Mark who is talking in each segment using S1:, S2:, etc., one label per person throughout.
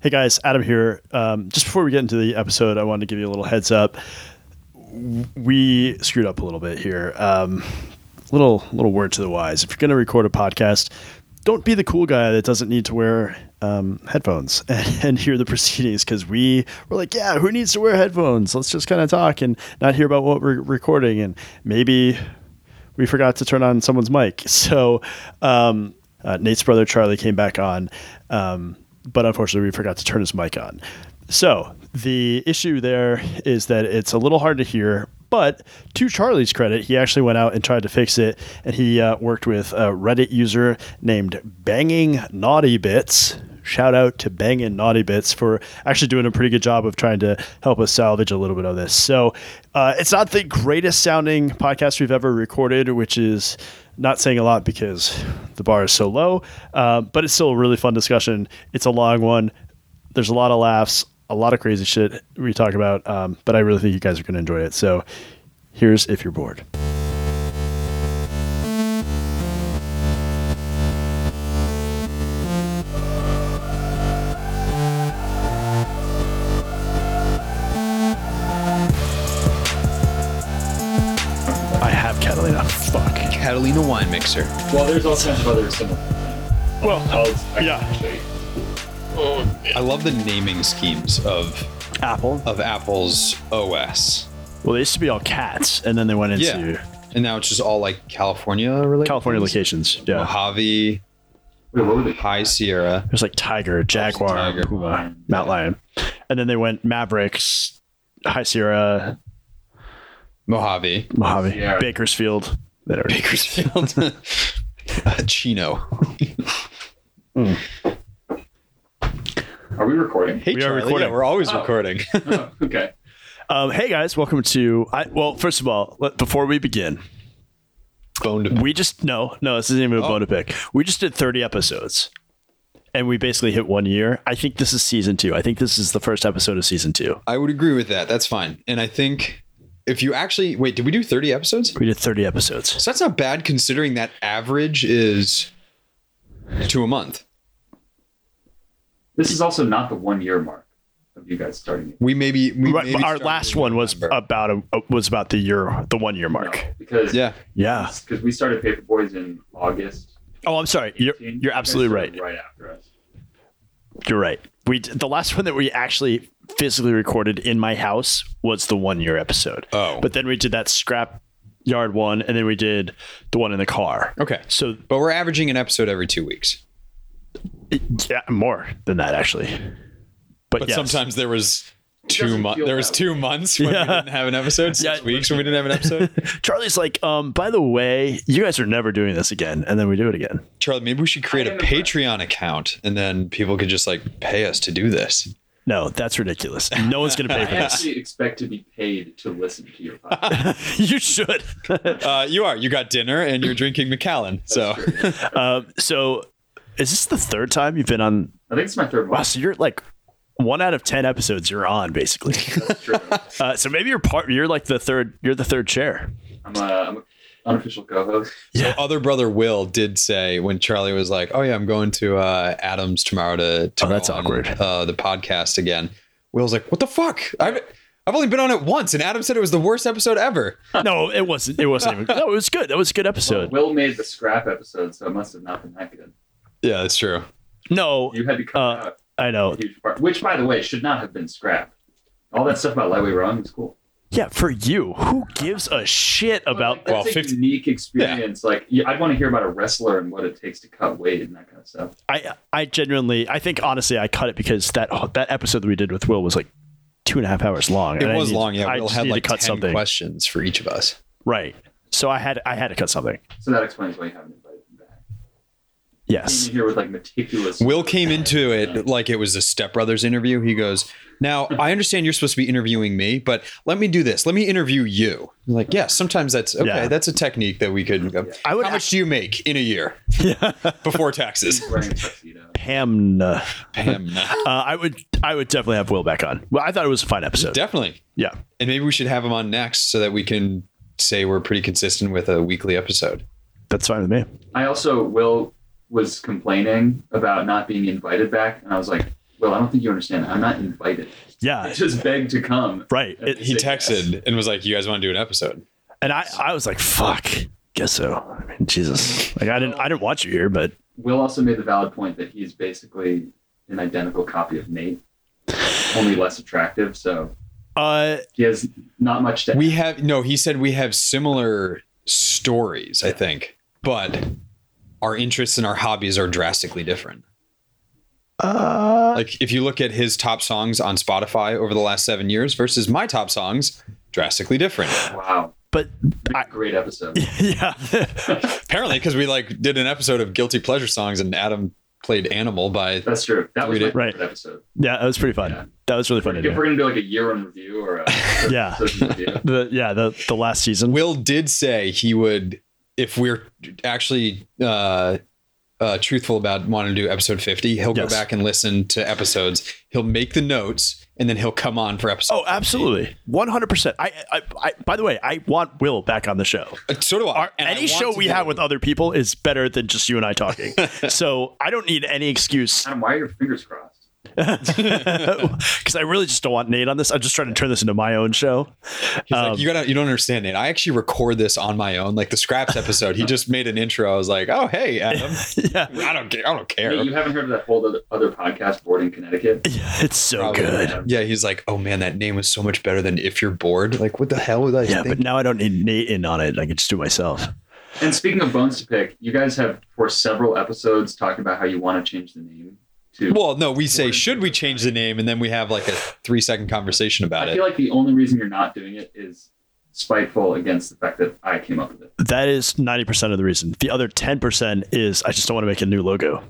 S1: Hey guys, Adam here. Um, just before we get into the episode, I wanted to give you a little heads up. We screwed up a little bit here. Um, little little word to the wise. If you're going to record a podcast, don't be the cool guy that doesn't need to wear um, headphones and, and hear the proceedings because we were like, yeah, who needs to wear headphones? Let's just kind of talk and not hear about what we're recording. And maybe we forgot to turn on someone's mic. So um, uh, Nate's brother Charlie came back on, um, but unfortunately we forgot to turn his mic on. So the issue there is that it's a little hard to hear. But to Charlie's credit, he actually went out and tried to fix it, and he uh, worked with a Reddit user named Banging Naughty Bits. Shout out to Banging Naughty Bits for actually doing a pretty good job of trying to help us salvage a little bit of this. So uh, it's not the greatest sounding podcast we've ever recorded, which is not saying a lot because the bar is so low, uh, but it's still a really fun discussion. It's a long one. There's a lot of laughs, a lot of crazy shit we talk about, um, but I really think you guys are going to enjoy it. So here's if you're bored. I have Catalina. Fuck.
S2: Catalina wine mixer.
S3: Well, there's all kinds of other similar.
S1: Well,
S3: I'll- I can
S1: Yeah.
S3: show you.
S2: I love the naming schemes of
S1: Apple.
S2: of Apple's OS.
S1: Well, they used to be all cats, and then they went
S2: Yeah.
S1: into
S2: And now it's just all like California related.
S1: California
S2: things.
S1: locations. Yeah.
S2: Mojave,
S3: Wait, what were they?
S2: High Sierra.
S1: There's like tiger, jaguar,
S2: Tiger.
S1: puma, mountain lion, and then they went Mavericks, High Sierra,
S2: Mojave.
S1: Mojave,
S3: Sierra.
S1: Bakersfield. That are-
S2: Bakersfield. Uh, Chino.
S3: Are we recording?
S2: Hey,
S1: We are
S2: Charlie.
S1: recording.
S2: Yeah, we're always
S3: Oh.
S2: recording.
S3: Oh, okay.
S1: Um, hey guys, welcome to. I, well, first of all, let, before we begin,
S2: Bone to
S1: we just no, no, this isn't even
S2: Oh.
S1: a bone to pick. We just did 30 episodes, and we basically hit one year. I think this is season two. I think this is the first episode of season two.
S2: I would agree with that. That's fine. And I think if you actually wait, did we do 30 episodes?
S1: We did 30 episodes.
S2: So that's not bad considering that average is to a month.
S3: This is also not the one year mark of you guys starting it.
S2: We maybe we
S1: Right,
S2: maybe
S1: but our
S2: started
S1: last
S2: in
S1: one was
S2: November.
S1: about a, was about the year, the one year mark.
S3: No, because
S2: yeah.
S1: Yeah.
S3: because we started Paper Boys in August.
S1: Oh, I'm sorry. You're
S3: 18. You
S1: you're
S3: guys
S1: absolutely right.
S3: started Right after us.
S1: You're right. We d- the last one that we actually physically recorded in my house was the one year episode.
S2: Oh.
S1: But then we did that scrap yard one, and then we did the one in the car.
S2: Okay.
S1: So
S2: But we're averaging an episode every two weeks.
S1: yeah, more than that actually. But,
S2: But
S1: yes.
S2: sometimes there was two
S3: doesn't
S2: months.
S3: feel
S2: There was
S3: that
S2: two months when
S1: Yeah.
S2: we didn't have an episode. Six
S1: Yeah.
S2: weeks when we didn't have an episode.
S1: Charlie's like, um, by the way, you guys are never doing this again, and then we do it again.
S2: Charlie, maybe we should create a
S3: I remember.
S2: Patreon account, and then people could just like pay us to do this.
S1: No, that's ridiculous. No one's gonna pay
S3: I
S1: for this.
S3: actually expect to be paid to listen to your podcast.
S1: you should.
S2: Uh, you are. You got dinner, and you're drinking Macallan. So
S1: um, so, is this the third time you've been on?
S3: I think it's my third
S1: Wow,
S3: one.
S1: so you're like one out of ten episodes you're on basically.
S3: That's true.
S1: Uh, so maybe you're part. You're like the third. You're the third chair.
S3: I'm a, I'm a unofficial co-host.
S2: So other brother Will did say when Charlie was like, "Oh yeah, I'm going to uh, Adams tomorrow to, to
S1: Oh, that's
S2: go on,
S1: awkward.
S2: uh, the podcast again." Will's like, "What the fuck? I've I've only been on it once, and Adam said it was the worst episode ever."
S1: No, it wasn't. It wasn't even. No, it was good. That was a good episode.
S3: Will made the scrap episode, so it must have not been that good.
S2: Yeah, that's true.
S1: No,
S3: You had to cut
S1: Uh,
S3: out
S1: I know.
S3: a huge part, which, by the way, should not have been scrapped. All that stuff about lightweight run is cool.
S1: Yeah, for you, who gives a shit about?
S3: That's
S2: Well,
S3: a
S2: 50
S3: unique experience. Like yeah, I'd want to hear about a wrestler and what it takes to cut weight and that kind of stuff.
S1: I I genuinely, I think honestly, I cut it because that that episode that we did with Will was like two and a half hours long.
S2: It
S1: and I
S2: was
S1: need-
S2: long. Yeah,
S1: I
S2: Will
S1: just
S2: had
S1: need
S2: like
S1: to cut
S2: 10
S1: something.
S2: questions for each of us.
S1: Right. So I had I had to cut something.
S3: So that explains why you haven't invited him back. Came
S1: Yes.
S3: in here with like meticulous.
S2: Will came into it like it was a stepbrothers interview. He goes, Now, I understand you're supposed to be interviewing me, but let me do this. Let me interview you. I'm like, yeah, sometimes that's okay.
S1: Yeah.
S2: That's a technique that we could.
S1: I would
S2: How much do you make in a year
S1: Yeah.
S2: before taxes?
S3: wearing a tuxedo.
S1: Hamna.
S2: Pam.
S1: Uh, I would I would definitely have Will back on. Well, I thought it was a fine episode.
S2: Definitely.
S1: yeah.
S2: And maybe we should have him on next so that we can say we're pretty consistent with a weekly episode.
S1: That's fine with me.
S3: I also Will was complaining about not being invited back, and I was like, Well, I don't think you understand. I'm not invited. I
S1: Yeah,
S3: just begged to come.
S1: right. It-
S2: He texted and was like, "You guys want to do an episode?"
S1: and I, I was like, fuck. Guess so. I mean, Jesus. Like I didn't I didn't want you here, but
S3: Will also made the valid point that he's basically an identical copy of Nate, only less attractive. So
S1: uh
S3: he has not much to.
S2: We have no. He said we have similar stories, I think, but our interests and our hobbies are drastically different.
S1: uh
S2: Like if you look at his top songs on Spotify over the last seven years versus my top songs, drastically different.
S3: wow,
S1: but I-
S3: great episode.
S1: yeah.
S2: Apparently, because we like did an episode of guilty pleasure songs and Adam played Animal by
S3: That's true. That was my
S2: Read it.
S1: Right.
S3: favorite episode.
S1: yeah, that was pretty fun.
S3: Yeah.
S1: That was really fun to
S3: If
S1: do.
S3: we're gonna do like a year in review or a
S1: Yeah.
S3: episode in review,
S1: The yeah, the the last season.
S2: Will did say he would, if we're actually uh, uh, truthful about wanting to do episode 50, he'll
S1: Yes.
S2: go back and listen to episodes. He'll make the notes and then he'll come on for episode.
S1: Oh, absolutely. 100%. I, I I by the way, I want Will back on the show.
S2: Uh, So do I.
S1: Our,
S2: And I
S1: any
S2: want
S1: show
S2: to
S1: we
S2: do
S1: have
S2: it.
S1: with other people is better than just you and I talking. so I don't need any excuse
S3: Adam, why are your fingers crossed?
S1: because I really just don't want Nate on this. I'm just trying to turn this into my own show.
S2: He's
S1: um,
S2: like, you gotta, you don't understand it. I actually record this on my own, like the scraps episode. He just made an intro. I was like, oh hey, Adam,
S1: Yeah,
S2: I don't care, I don't care.
S3: Nate, you haven't heard of that whole other, other podcast, Board in Connecticut?
S1: it's so
S2: Probably.
S1: good.
S2: Yeah, he's like, oh man, that name was so much better than if you're bored. Like, what the hell was I
S1: Yeah, but
S2: thinking?
S1: now I don't need Nate in on it. I can just do it myself.
S3: And speaking of bones to pick, you guys have for several episodes talked about how you want to change the name to.
S2: well, no, we say, should we change the name? And then we have like a three second conversation about
S3: I
S2: it.
S3: feel like the only reason you're not doing it is spiteful against the fact that I came up with it.
S1: That is 90% of the reason. The other 10% is I just don't want to make a new logo.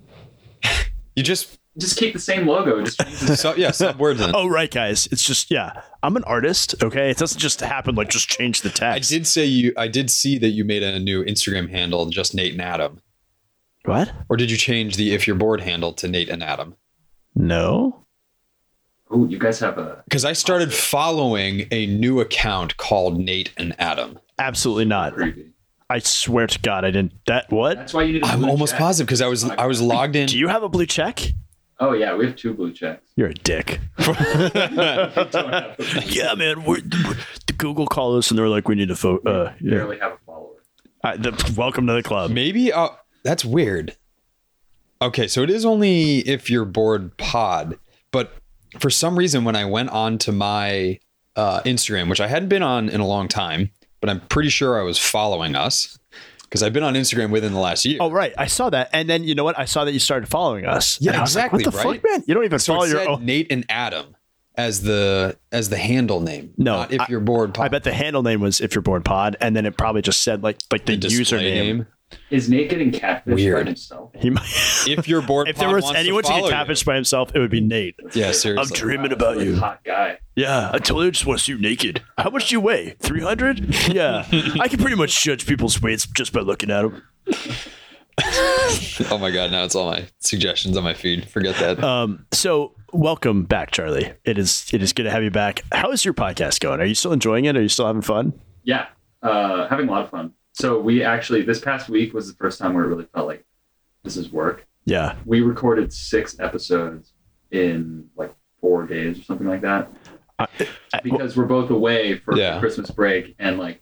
S2: you just,
S3: Just keep the same logo. Just change the
S2: so, yeah, sub words in. it.
S1: Oh, right, guys. It's just, yeah, I'm an artist. Okay. It doesn't just happen like just change the
S2: I
S1: text.
S2: did say you, I did see that you made a new Instagram handle, just Nate and Adam.
S1: What?
S2: Or did you change the if you're bored handle to Nate and Adam?
S1: No.
S3: oh, you guys have a.
S2: Because I started following a new account called Nate and Adam.
S1: Absolutely not.
S3: Creepy.
S1: I swear to God, I didn't. That, what?
S3: That's why you need. i
S2: I'm almost positive because I was I was logged in.
S1: Do you have a blue check?
S3: Oh yeah, we have two blue checks.
S1: You're a dick.
S3: We don't have a blue
S1: yeah, man. We're, the Google called us and they were like, we need to vote. Uh,
S3: We
S1: yeah.
S3: barely have a follower.
S1: I, the, welcome to the club.
S2: Maybe uh that's weird. Okay, so it is only if you're bored pod, but for some reason when I went on to my uh Instagram, which I hadn't been on in a long time, but I'm pretty sure I was following us because I've been on Instagram within the last year.
S1: Oh right, I saw that, and then you know what? I saw that you started following us.
S2: Yeah,
S1: And I was like,
S2: exactly,
S1: what the
S2: right?
S1: fuck, man? You don't even
S2: so
S1: follow
S2: it
S1: your
S2: said
S1: own.
S2: Nate and Adam as the as the handle name.
S1: No,
S2: not if
S1: I-
S2: you're bored pod.
S1: I bet the handle name was if you're born pod, and then it probably just said like like the,
S2: the display
S1: username.
S2: name.
S3: Is Nate getting catfish by
S2: Weird.
S3: himself?
S1: He might,
S2: If you're bored,
S1: if there
S2: pod
S1: was
S2: wants to
S1: anyone to,
S2: follow
S1: get
S2: you.
S1: catfished by himself, it would be Nate.
S2: yeah,
S1: I'm
S2: seriously.
S1: dreaming
S3: Wow,
S1: about
S3: Uh, really
S1: you.
S3: Hot guy.
S1: Yeah, I totally just want to see you naked. How much do you weigh? 300? Yeah. I can pretty much judge people's weights just by looking at them.
S2: oh my god, now it's all my suggestions on my feed. Forget that.
S1: Um, so welcome back, Charlie. It is it is good to have you back. How is your podcast going? Are you still enjoying it? Are you still having fun?
S3: Yeah, uh, having a lot of fun. So we actually this past week was the first time where it really felt like this is work.
S1: Yeah.
S3: We recorded six episodes in like four days or something like that because we're both away for
S2: Yeah.
S3: Christmas break and like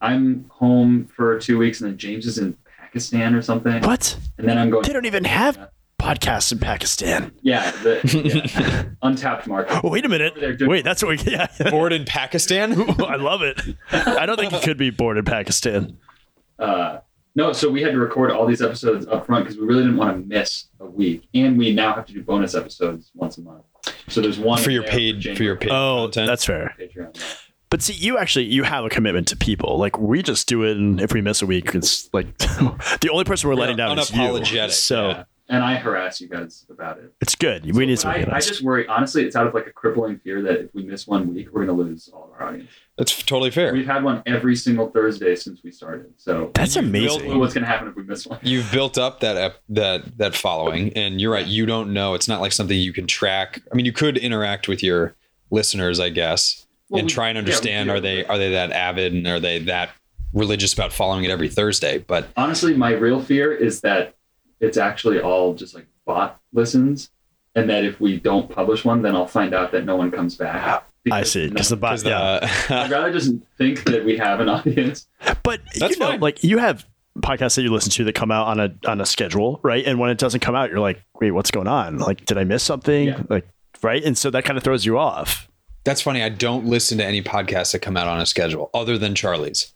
S3: I'm home for two weeks and then James is in Pakistan or something
S1: What?
S3: and then I'm going
S1: They don't even have podcasts in Pakistan.
S3: yeah, the, yeah untapped market.
S1: Oh, wait a minute.
S3: They're doing-
S1: Wait, that's what we. Yeah,
S2: bored in Pakistan?
S1: I love it. I don't think it could be born in Pakistan.
S3: uh, no, so we had to record all these episodes up front because we really didn't want to miss a week, and we now have to do bonus episodes once a month. So there's one
S2: for your
S3: there
S2: paid for your
S3: January
S2: paid
S1: Oh,
S2: content.
S1: that's fair.
S3: Patreon.
S1: But see, you actually you have a commitment to people. Like we just do it, and if we miss a week, it's like the only person we're
S2: We're
S1: letting down is you.
S2: unapologetic,
S1: So
S3: yeah. and I harass you guys about it.
S1: it's good. We need
S3: So
S1: some.
S3: I, I just worry. Honestly, it's out of like a crippling fear that if we miss one week, we're going to lose all of our audience.
S2: that's totally fair.
S3: We've had one every single Thursday since we started, so
S1: That's
S3: I don't know
S1: amazing.
S3: what's going to happen if we miss one?
S2: You've built up that ep- that that following, and you're right. You don't know. It's not like something you can track. I mean, you could interact with your listeners, I guess,
S3: Well,
S2: and
S3: we-
S2: try and
S3: yeah, we
S2: understand
S3: do.
S2: are they are they that avid and are they that religious about following it every Thursday? But
S3: honestly, my real fear is that it's actually all just like bot listens, and that if we don't publish one, then I'll find out that no one comes back.
S1: Ah, I see. Because
S3: Uh,
S1: the bot,
S2: 'Cause the-
S1: yeah.
S3: I'd rather just think that we have an audience.
S1: But
S2: That's
S1: you know,
S2: fine.
S1: like you have podcasts that you listen to that come out on a on a schedule, right? And when it doesn't come out, you're like, wait, what's going on? Like, did I miss something?
S3: Yeah.
S1: Like, right? And so that kind of throws you off.
S2: That's funny. I don't listen to any podcasts that come out on a schedule other than Charlie's.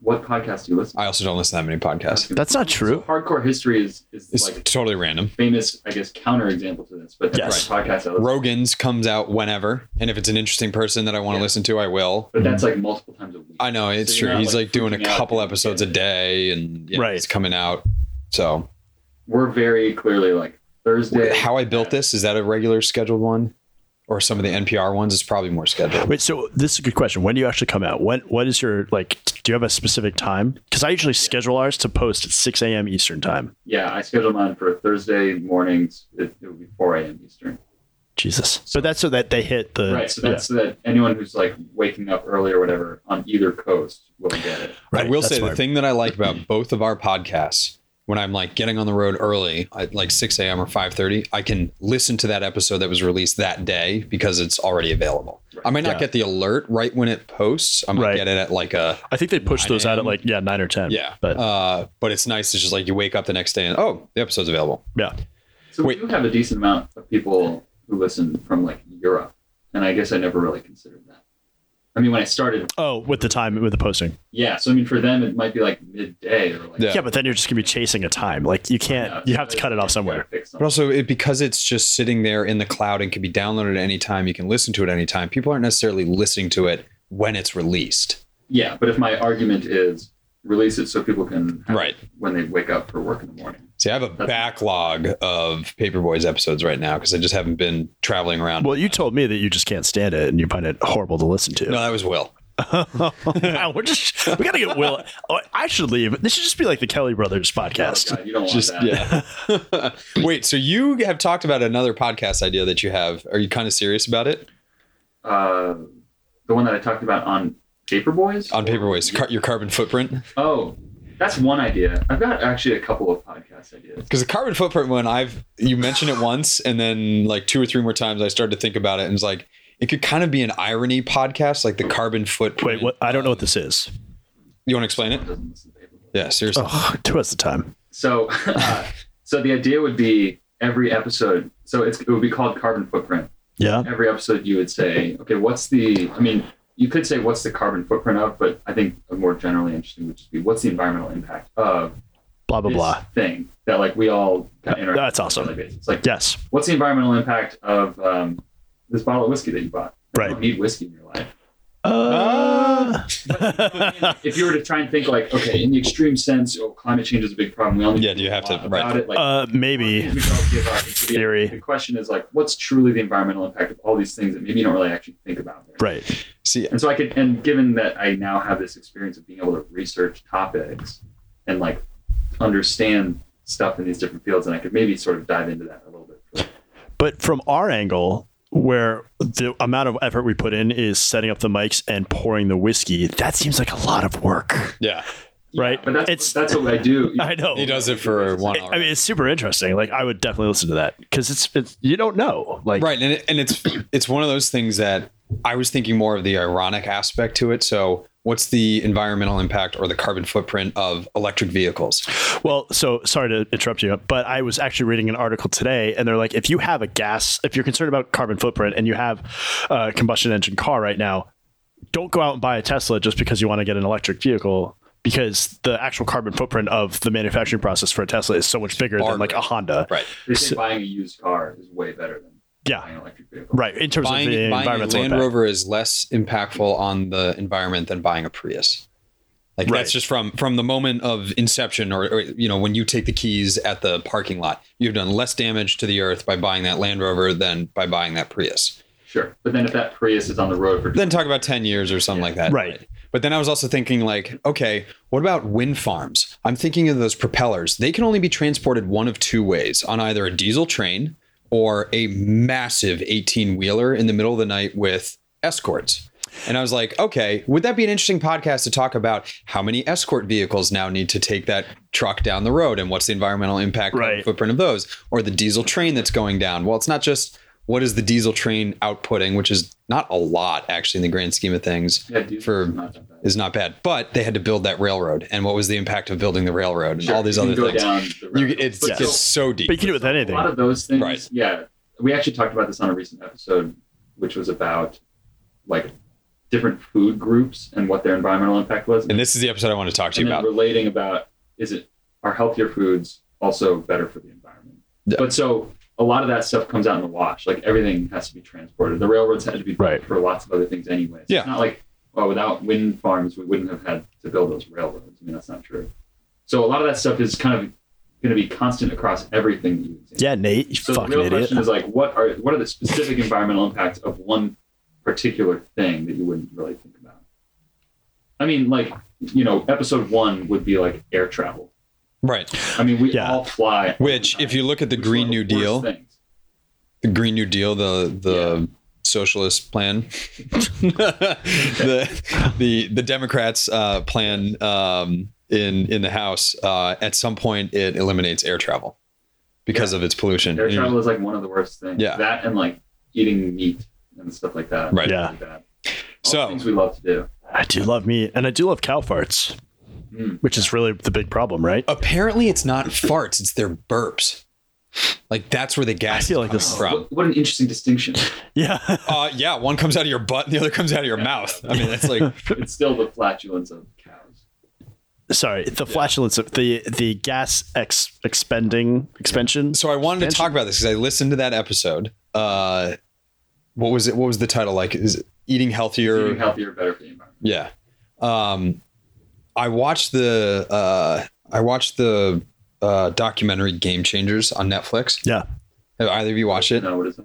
S3: What podcast do you listen?
S2: I also don't listen to that many podcasts.
S3: to?
S1: That's not
S3: So
S1: true.
S3: hardcore history is is
S2: It's
S3: like
S2: totally random.
S3: famous, I guess, counterexample to this. But that's
S1: Yes.
S3: right. podcast. I listen to.
S2: Rogan's comes out whenever, and if it's an interesting person that I want to
S3: Yeah.
S2: listen to, I will.
S3: But that's like multiple times a week.
S2: I know it's
S3: So you're
S2: true.
S3: not,
S2: He's
S3: like,
S2: like, doing a
S3: freaking out.
S2: couple episodes a day, and yeah,
S1: Right.
S2: it's coming out. So,
S3: We're very clearly like Thursday.
S2: how I built this is that a regular scheduled one, or some of the NPR ones? It's probably more scheduled.
S1: Wait, so this is a good question. When do you actually come out? When what is your like? t- Do you have a specific time? Because I usually schedule ours to post at six a.m. Eastern time.
S3: Yeah, I scheduled mine for Thursday mornings. It, it would be 4 a.m. Eastern.
S1: Jesus. So that's so that they hit the
S3: right. So that's so that anyone who's like waking up early or whatever on either coast will get it.
S1: yeah, right,
S2: I will
S1: that's
S2: say the
S1: smart.
S2: thing that I like about both of our podcasts, when I'm like getting on the road early, at like 6 a.m. or 5:30, I can listen to that episode that was released that day because it's already available. I might not
S1: Yeah.
S2: get the alert right when it posts. I might
S1: Right.
S2: get it at like a
S1: I think they push
S2: 9
S1: those out at
S2: a.m.
S1: like yeah nine or ten.
S2: yeah,
S1: but
S2: uh, but it's nice. It's just like you wake up the next day and oh, the episode's available.
S1: yeah,
S3: So
S2: Wait.
S3: we do have a decent amount of people who listen from like Europe, and I guess I never really considered that. I mean, when I started,
S1: oh, with the time with the posting.
S3: yeah. So I mean, for them, it might be like midday or like
S2: Yeah.
S1: Yeah, but then you're just gonna be chasing a time. Like you can't.
S3: Yeah,
S1: you have to
S3: so
S1: cut it off
S3: gotta
S1: somewhere.
S2: But
S3: fix something.
S2: also, it, because it's just sitting there in the cloud and can be downloaded at any time, you can listen to it at any time. People aren't necessarily listening to it when it's released.
S3: Yeah, but if my argument is release it so people can have it
S2: Right.
S3: when they wake up for work in the morning.
S2: See, I have a backlog of Paperboys episodes right now because I just haven't been traveling around.
S1: Well, you told me that you just can't stand it and you find it horrible to listen to.
S2: no, that was Will.
S1: wow, we're just we gotta get Will. Oh, I should leave. This should just be like the Kelly Brothers podcast.
S3: Oh, God, you don't want
S2: Just
S3: that.
S2: yeah. Wait, so you have talked about another podcast idea that you have. Are you kind of serious about it
S3: Uh, the one that I talked about on Paperboys?
S2: on Paperboys? Car- your carbon footprint.
S3: Oh, that's one idea. I've got actually a couple of podcast ideas.
S2: Because the carbon footprint one, I've you mentioned it once, and then like two or three more times, I started to think about it, and it's like it could kind of be an irony podcast, like the carbon footprint.
S1: Wait, what? I don't know what this is.
S2: You want to explain it?
S3: Who doesn't listen to Paperboys?
S2: Yeah, seriously.
S1: Oh, two us the time.
S3: So, uh, so the idea would be every episode. So it's, it would be called Carbon Footprint.
S1: Yeah.
S3: Every episode, you would say, okay, what's the? I mean, you could say what's the carbon footprint of, but I think a more generally interesting would just be what's the environmental impact of
S1: Blah blah
S3: this
S1: blah.
S3: thing that like we all kind of interact
S1: That's
S3: with on a
S1: awesome.
S3: daily basis. It's like,
S1: Yes.
S3: what's the environmental impact of um, this bottle of whiskey that you bought? You
S1: Right.
S3: don't need whiskey in your life.
S1: Uh,
S3: If you were to try and think like, okay, in the extreme sense, oh, climate change is a big problem. We all need
S2: Yeah, do you
S3: do a
S2: have to-
S3: lot
S2: right.
S3: about it? Like,
S1: uh,
S3: we
S1: maybe.
S3: all give our opinion.
S1: Theory.
S3: The question is like, what's truly the environmental impact of all these things that maybe you don't really actually think about?
S1: Right.
S2: See,
S3: And so I could, and given that I now have this experience of being able to research topics and like understand stuff in these different fields, and I could maybe sort of dive into that a little bit.
S1: But from our angle, where the amount of effort we put in is setting up the mics and pouring the whiskey, that seems like a lot of work.
S2: yeah,
S1: Right.
S3: But that's
S1: It's-
S3: that's what I do.
S1: I know.
S2: he does it for one hour.
S1: Oh, I mean, it's super interesting. Like, I would definitely listen to that because it's, it's you don't know. Like,
S2: right and, it, and it's it's one of those things that i was thinking more of the ironic aspect to it so what's the environmental impact or the carbon footprint of electric vehicles
S1: Well, so sorry to interrupt you, but I was actually reading an article today, and they're like, if you have a gas, if you're concerned about carbon footprint, and you have a combustion engine car right now, don't go out and buy a Tesla just because you want to get an electric vehicle, because the actual carbon footprint of the manufacturing process for a Tesla is so much bigger than like a Honda.
S2: right
S3: They say buying a used car is way better than
S1: Yeah,
S3: buying an electric vehicle.
S1: right. In terms
S2: buying,
S1: of the
S2: buying a
S1: environmental
S2: land
S1: impact.
S2: rover is less impactful on the environment than buying a prius like
S1: Right.
S2: that's just from from the moment of inception or, or you know when you take the keys at the parking lot you've done less damage to the earth by buying that land rover than by buying that prius
S3: Sure. But then if that Prius is on the road for
S2: then talk about 10 years or something like that.
S1: Right.
S2: But then I was also thinking, like, okay, what about wind farms? I'm thinking of those propellers. They can only be transported one of two ways on either a diesel train or a massive 18 wheeler in the middle of the night with escorts. And I was like, okay, would that be an interesting podcast to talk about how many escort vehicles now need to take that truck down the road and what's the environmental impact
S1: Right.
S2: and footprint of those or the diesel train that's going down? Well, it's not just what is the diesel train outputting, which is not a lot actually in the grand scheme of things,
S3: Yeah, dude,
S2: For-
S3: it's not that bad.
S2: is not bad, but they had to build that railroad. And what was the impact of building the railroad and
S3: Sure,
S2: all these
S3: you can
S2: other
S3: go
S2: things?
S3: down the
S2: You,
S3: rabbit hole.
S2: it's,
S3: But
S2: it's
S3: so-
S2: so deep.
S1: But you can do it with
S3: A lot
S1: anything.
S3: of those things,
S2: Right.
S3: yeah. We actually talked about this on a recent episode, which was about like different food groups and what their environmental impact was,
S2: and this is the episode I want to talk to
S3: and
S2: you
S3: then
S2: about.
S3: relating about is it are healthier foods also better for the environment?
S2: Yeah.
S3: But so a lot of that stuff comes out in the wash. Like everything has to be transported. The railroads had to be built
S1: Right.
S3: for lots of other things anyway. So
S2: Yeah.
S3: It's not like oh, without wind farms, we wouldn't have had to build those railroads. I mean, that's not true. So a lot of that stuff is kind of going to be constant across everything that you examine.
S1: Yeah, Nate, you
S3: So the
S1: fucking
S3: real
S1: idiot.
S3: question is like, what are what are the specific environmental impacts of one particular thing that you wouldn't really think about? I mean, like you know, episode one would be like air travel.
S2: Right.
S3: I mean, we
S1: Yeah.
S3: all fly. all
S2: Which,
S3: the
S2: if
S3: time,
S2: you look at the
S3: which is
S2: Green
S3: one
S2: New
S3: of the worst
S2: Deal,
S3: things.
S2: the Green New Deal, the the socialist plan, the the the Democrats' uh, plan um, in in the House. Uh, at some point, it eliminates air travel because of its pollution.
S3: air travel is like one of the worst things.
S2: Mm-hmm. Yeah.
S3: that and like eating meat and stuff like that.
S2: Right.
S1: Yeah.
S3: Like that. All
S2: So-
S3: things we love to do.
S1: I do love meat, and I do love cow farts,
S3: Mm.
S1: which is really the big problem,
S2: Oh.
S1: right?
S2: Apparently, it's not farts; it's their burps. Like that's where the gas.
S1: I feel
S2: is
S1: like
S2: coming
S1: this-
S2: from.
S3: What, what an interesting distinction.
S1: Yeah.
S2: Uh, yeah, one comes out of your butt, and the other comes out of your
S3: Yeah.
S2: mouth. I mean, that's like
S3: it's still the flatulence of cows.
S1: Sorry, the flatulence of the the gas ex, expending expansion.
S2: So I wanted to
S1: Expansion.
S2: talk about this because I listened to that episode. Uh, what was it? What was the title like? Is it eating healthier?
S3: Eating healthier, better for the environment.
S2: yeah. Um, I watched the uh, I watched the uh, documentary Game Changers on Netflix.
S1: Yeah.
S2: Have either of you watched it?
S3: No, what is it?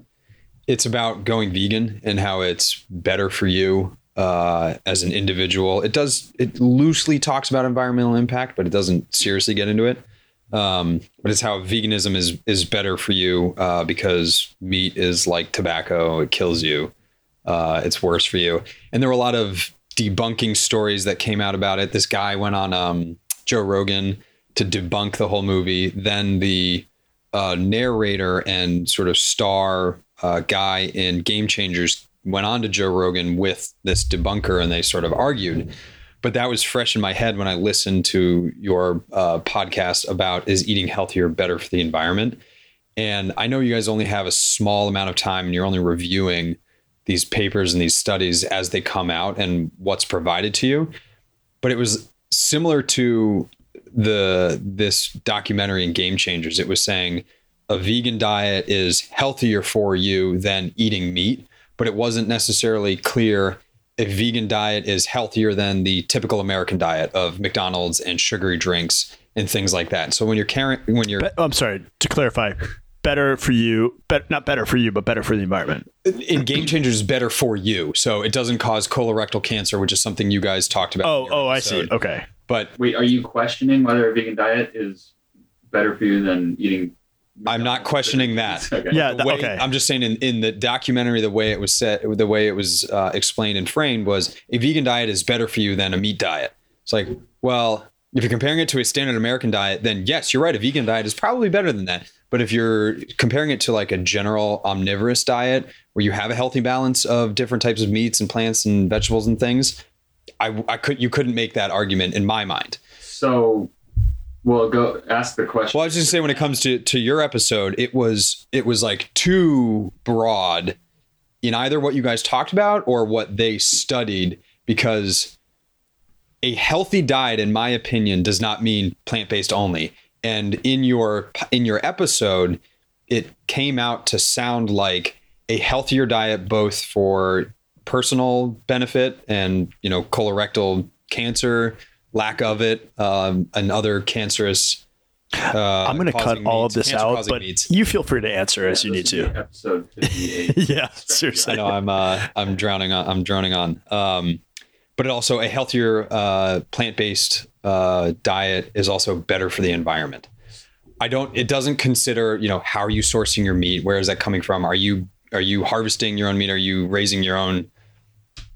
S2: It's about going vegan and how it's better for you uh, as an individual. It does it loosely talks about environmental impact, but it doesn't seriously get into it um, but it's how veganism is is better for you uh, because meat is like tobacco; it kills you. Uh, it's worse for you. And there were a lot of debunking stories that came out about it. This guy went on um, Joe Rogan to debunk the whole movie. Then the uh, narrator and sort of star uh, guy in Game Changers went on to Joe Rogan with this debunker, and they sort of argued but that was fresh in my head when I listened to your uh, podcast about is eating healthier better for the environment? And I know you guys only have a small amount of time and you're only reviewing these papers and these studies as they come out and what's provided to you. But it was similar to the this documentary in Game Changers. It was saying a vegan diet is healthier for you than eating meat, but it wasn't necessarily clear a vegan diet is healthier than the typical American diet of McDonald's and sugary drinks and things like that. So when you're carrying when you're
S1: Be- oh, I'm sorry to clarify. Better for you, but not better for you, but better for the environment.
S2: in game changers is better for you. So it doesn't cause colorectal cancer, which is something you guys talked about.
S1: Oh,
S2: in your
S1: oh, I see.
S2: episode.
S1: Okay,
S2: But
S3: Wait, are you questioning whether a vegan diet is better for you than eating?
S2: I'm not questioning that.
S3: Okay.
S1: yeah,
S2: the
S1: that,
S2: way-
S1: okay.
S2: I'm just saying in, in the documentary, the way it was set, the way it was uh, explained and framed was a vegan diet is better for you than a meat diet. It's like, well, if you're comparing it to a standard American diet, then yes, you're right. A vegan diet is probably better than that. But if you're comparing it to like a general omnivorous diet where you have a healthy balance of different types of meats and plants and vegetables and things, I, I could you couldn't make that argument in my mind.
S3: So, well, go ask the question.
S2: Well, I was just saying when it comes to to your episode, it was it was like too broad in either what you guys talked about or what they studied because a healthy diet in my opinion does not mean plant-based only. And in your in your episode, it came out to sound like a healthier diet both for personal benefit and, you know, colorectal cancer, lack of it, um, and other cancerous uh,
S1: I'm going to cut
S2: causing
S1: all
S2: meats-
S1: of this out,
S2: cancer-causing
S1: but
S2: meats.
S1: you feel free to answer
S3: Yeah,
S1: as you need
S3: this would
S1: to.
S3: be Episode 58.
S1: Yeah,
S3: Strategy.
S1: seriously.
S2: I know I'm uh, I'm drowning on I'm droning on. Um, but it also a healthier uh, plant-based uh, diet is also better for the environment. I don't it doesn't consider, you know, how are you sourcing your meat? Where is that coming from? Are you are you harvesting your own meat? Are you raising your own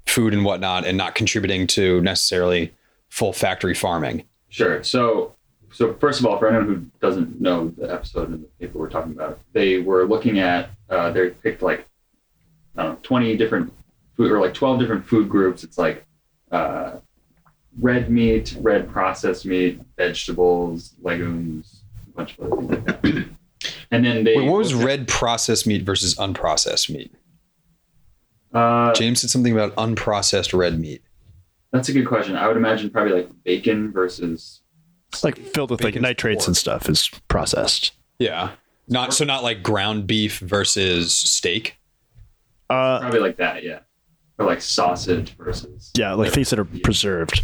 S2: food and whatnot and not contributing to necessarily full factory farming.
S3: Sure. So, so first of all, for anyone who doesn't know the episode and the paper we're talking about, they were looking at uh, they picked like I don't know twenty different food or like twelve different food groups. It's like uh, red meat, red processed meat, vegetables, legumes, a bunch of other things like that. And then they
S2: Wait, what was
S3: looked
S2: red processed meat versus unprocessed meat?
S3: at- Uh,
S2: James said something about unprocessed red meat.
S3: that's a good question. I would imagine probably like bacon versus
S1: It's like filled with like
S2: Bacon's
S1: nitrates
S2: pork.
S1: and stuff is processed.
S2: Yeah. Not so not like ground beef versus steak.
S1: Uh,
S3: probably like that. Yeah, or like sausage versus
S1: yeah, like things that are
S3: Yeah.
S1: preserved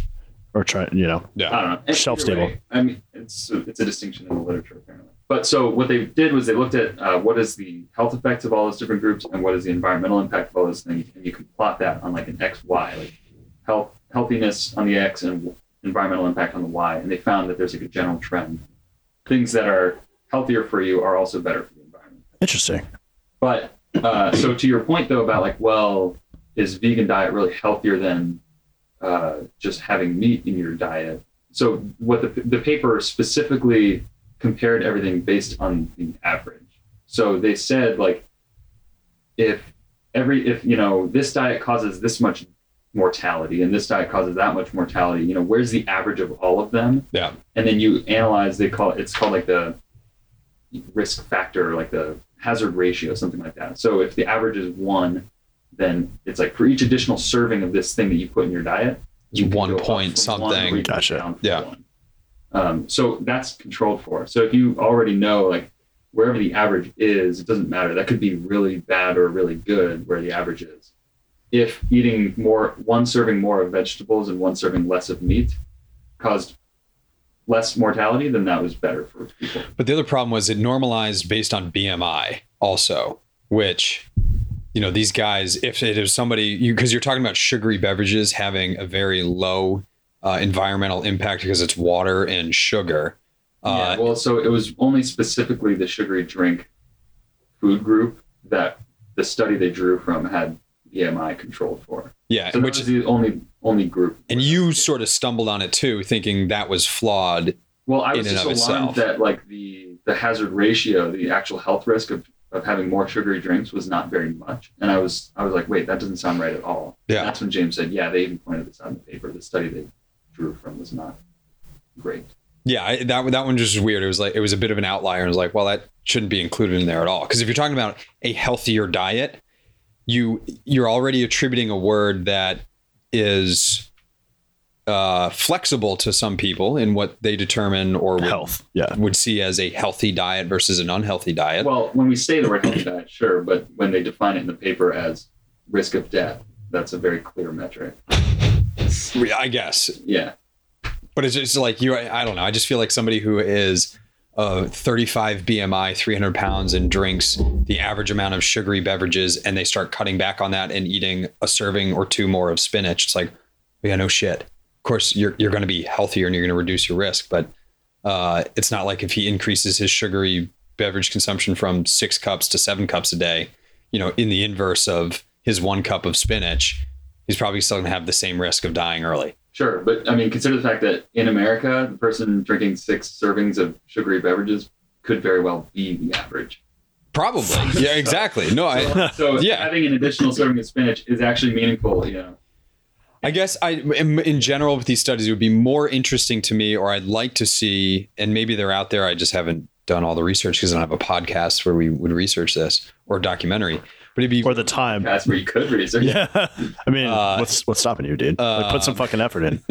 S1: or try, you know.
S3: I don't know. Either
S1: Shelf stable.
S3: way, I mean, it's it's a distinction in the literature apparently. But so what they did was they looked at uh, what is the health effects of all those different groups and what is the environmental impact of all those things, and you can plot that on like an X Y, like health healthiness on the X and w- environmental impact on the Y, and they found that there's like a general trend. Things that are healthier for you are also better for the environment.
S1: Interesting.
S3: But uh, so to your point though about like, well, is vegan diet really healthier than uh, just having meat in your diet? So what the the paper specifically compared everything based on the average. So they said like, if every if you know this diet causes this much mortality and this diet causes that much mortality, you know, where's the average of all of them?
S2: Yeah.
S3: And then you analyze. They call it, it's called like the risk factor, like the hazard ratio, something like that. So if the average is one, then it's like for each additional serving of this thing that you put in your diet,
S2: It's
S3: you can
S2: one
S3: go up
S2: point
S3: from one
S2: something.
S3: or you can go
S1: Gotcha.
S3: down from
S2: Yeah.
S3: one. Um, so that's controlled for. So if you already know, like wherever the average is, it doesn't matter. That could be really bad or really good where the average is. If eating more, one serving more of vegetables and one serving less of meat caused less mortality, then that was better for people.
S2: But the other problem was it normalized based on BMI also, which you know these guys if it is somebody you because you're talking about sugary beverages having a very low uh, environmental impact because it's water and sugar. Uh,
S3: yeah, well, so it was only specifically the sugary drink food group that the study they drew from had BMI controlled for.
S2: yeah,
S3: So
S2: which
S3: which is the only only group.
S2: and you sort of stumbled on it too, thinking that was flawed.
S3: Well, I
S2: in
S3: was
S2: and
S3: just
S2: of
S3: alarmed
S2: itself.
S3: that like the the hazard ratio, the actual health risk of, of having more sugary drinks was not very much, and I was I was like, wait, that doesn't sound right at all.
S2: Yeah.
S3: That's when James said, yeah, they even pointed this out in the paper. The study they drew from was not great.
S2: Yeah, I, that that one just was weird. It was like it was a bit of an outlier. It was like, well, that shouldn't be included in there at all. Because if you're talking about a healthier diet, you you're already attributing a word that is uh, flexible to some people in what they determine or would,
S1: Health. Yeah.
S2: would see as a healthy diet versus an unhealthy diet.
S3: Well, when we say the word healthy diet, sure, but when they define it in the paper as risk of death, that's a very clear metric.
S2: I guess
S3: Yeah.
S2: but it's just like you i don't know i just feel like somebody who is uh, 35 bmi 300 pounds and drinks the average amount of sugary beverages and they start cutting back on that and eating a serving or two more of spinach it's like yeah no shit of course you're, you're going to be healthier and you're going to reduce your risk but uh, it's not like if he increases his sugary beverage consumption from six cups to seven cups a day you know in the inverse of his one cup of spinach he's probably still going to have the same risk of dying early
S3: Sure, but I mean, consider the fact that in America, the person drinking six servings of sugary beverages could very well be the average.
S2: Probably. Yeah, exactly. No, I,
S3: So
S2: Yeah.
S3: having an additional serving of spinach is actually meaningful. You know,
S2: I guess I, in, in general, with these studies, it would be more interesting to me, or I'd like to see, and maybe they're out there. I just haven't done all the research because I don't have a podcast where we would research this or documentary. But it'd be
S1: Or the
S2: Um,
S1: time.
S3: that's where you could research.
S1: Yeah. I mean,
S2: Uh,
S1: what's what's stopping you, dude? like, put some fucking effort in.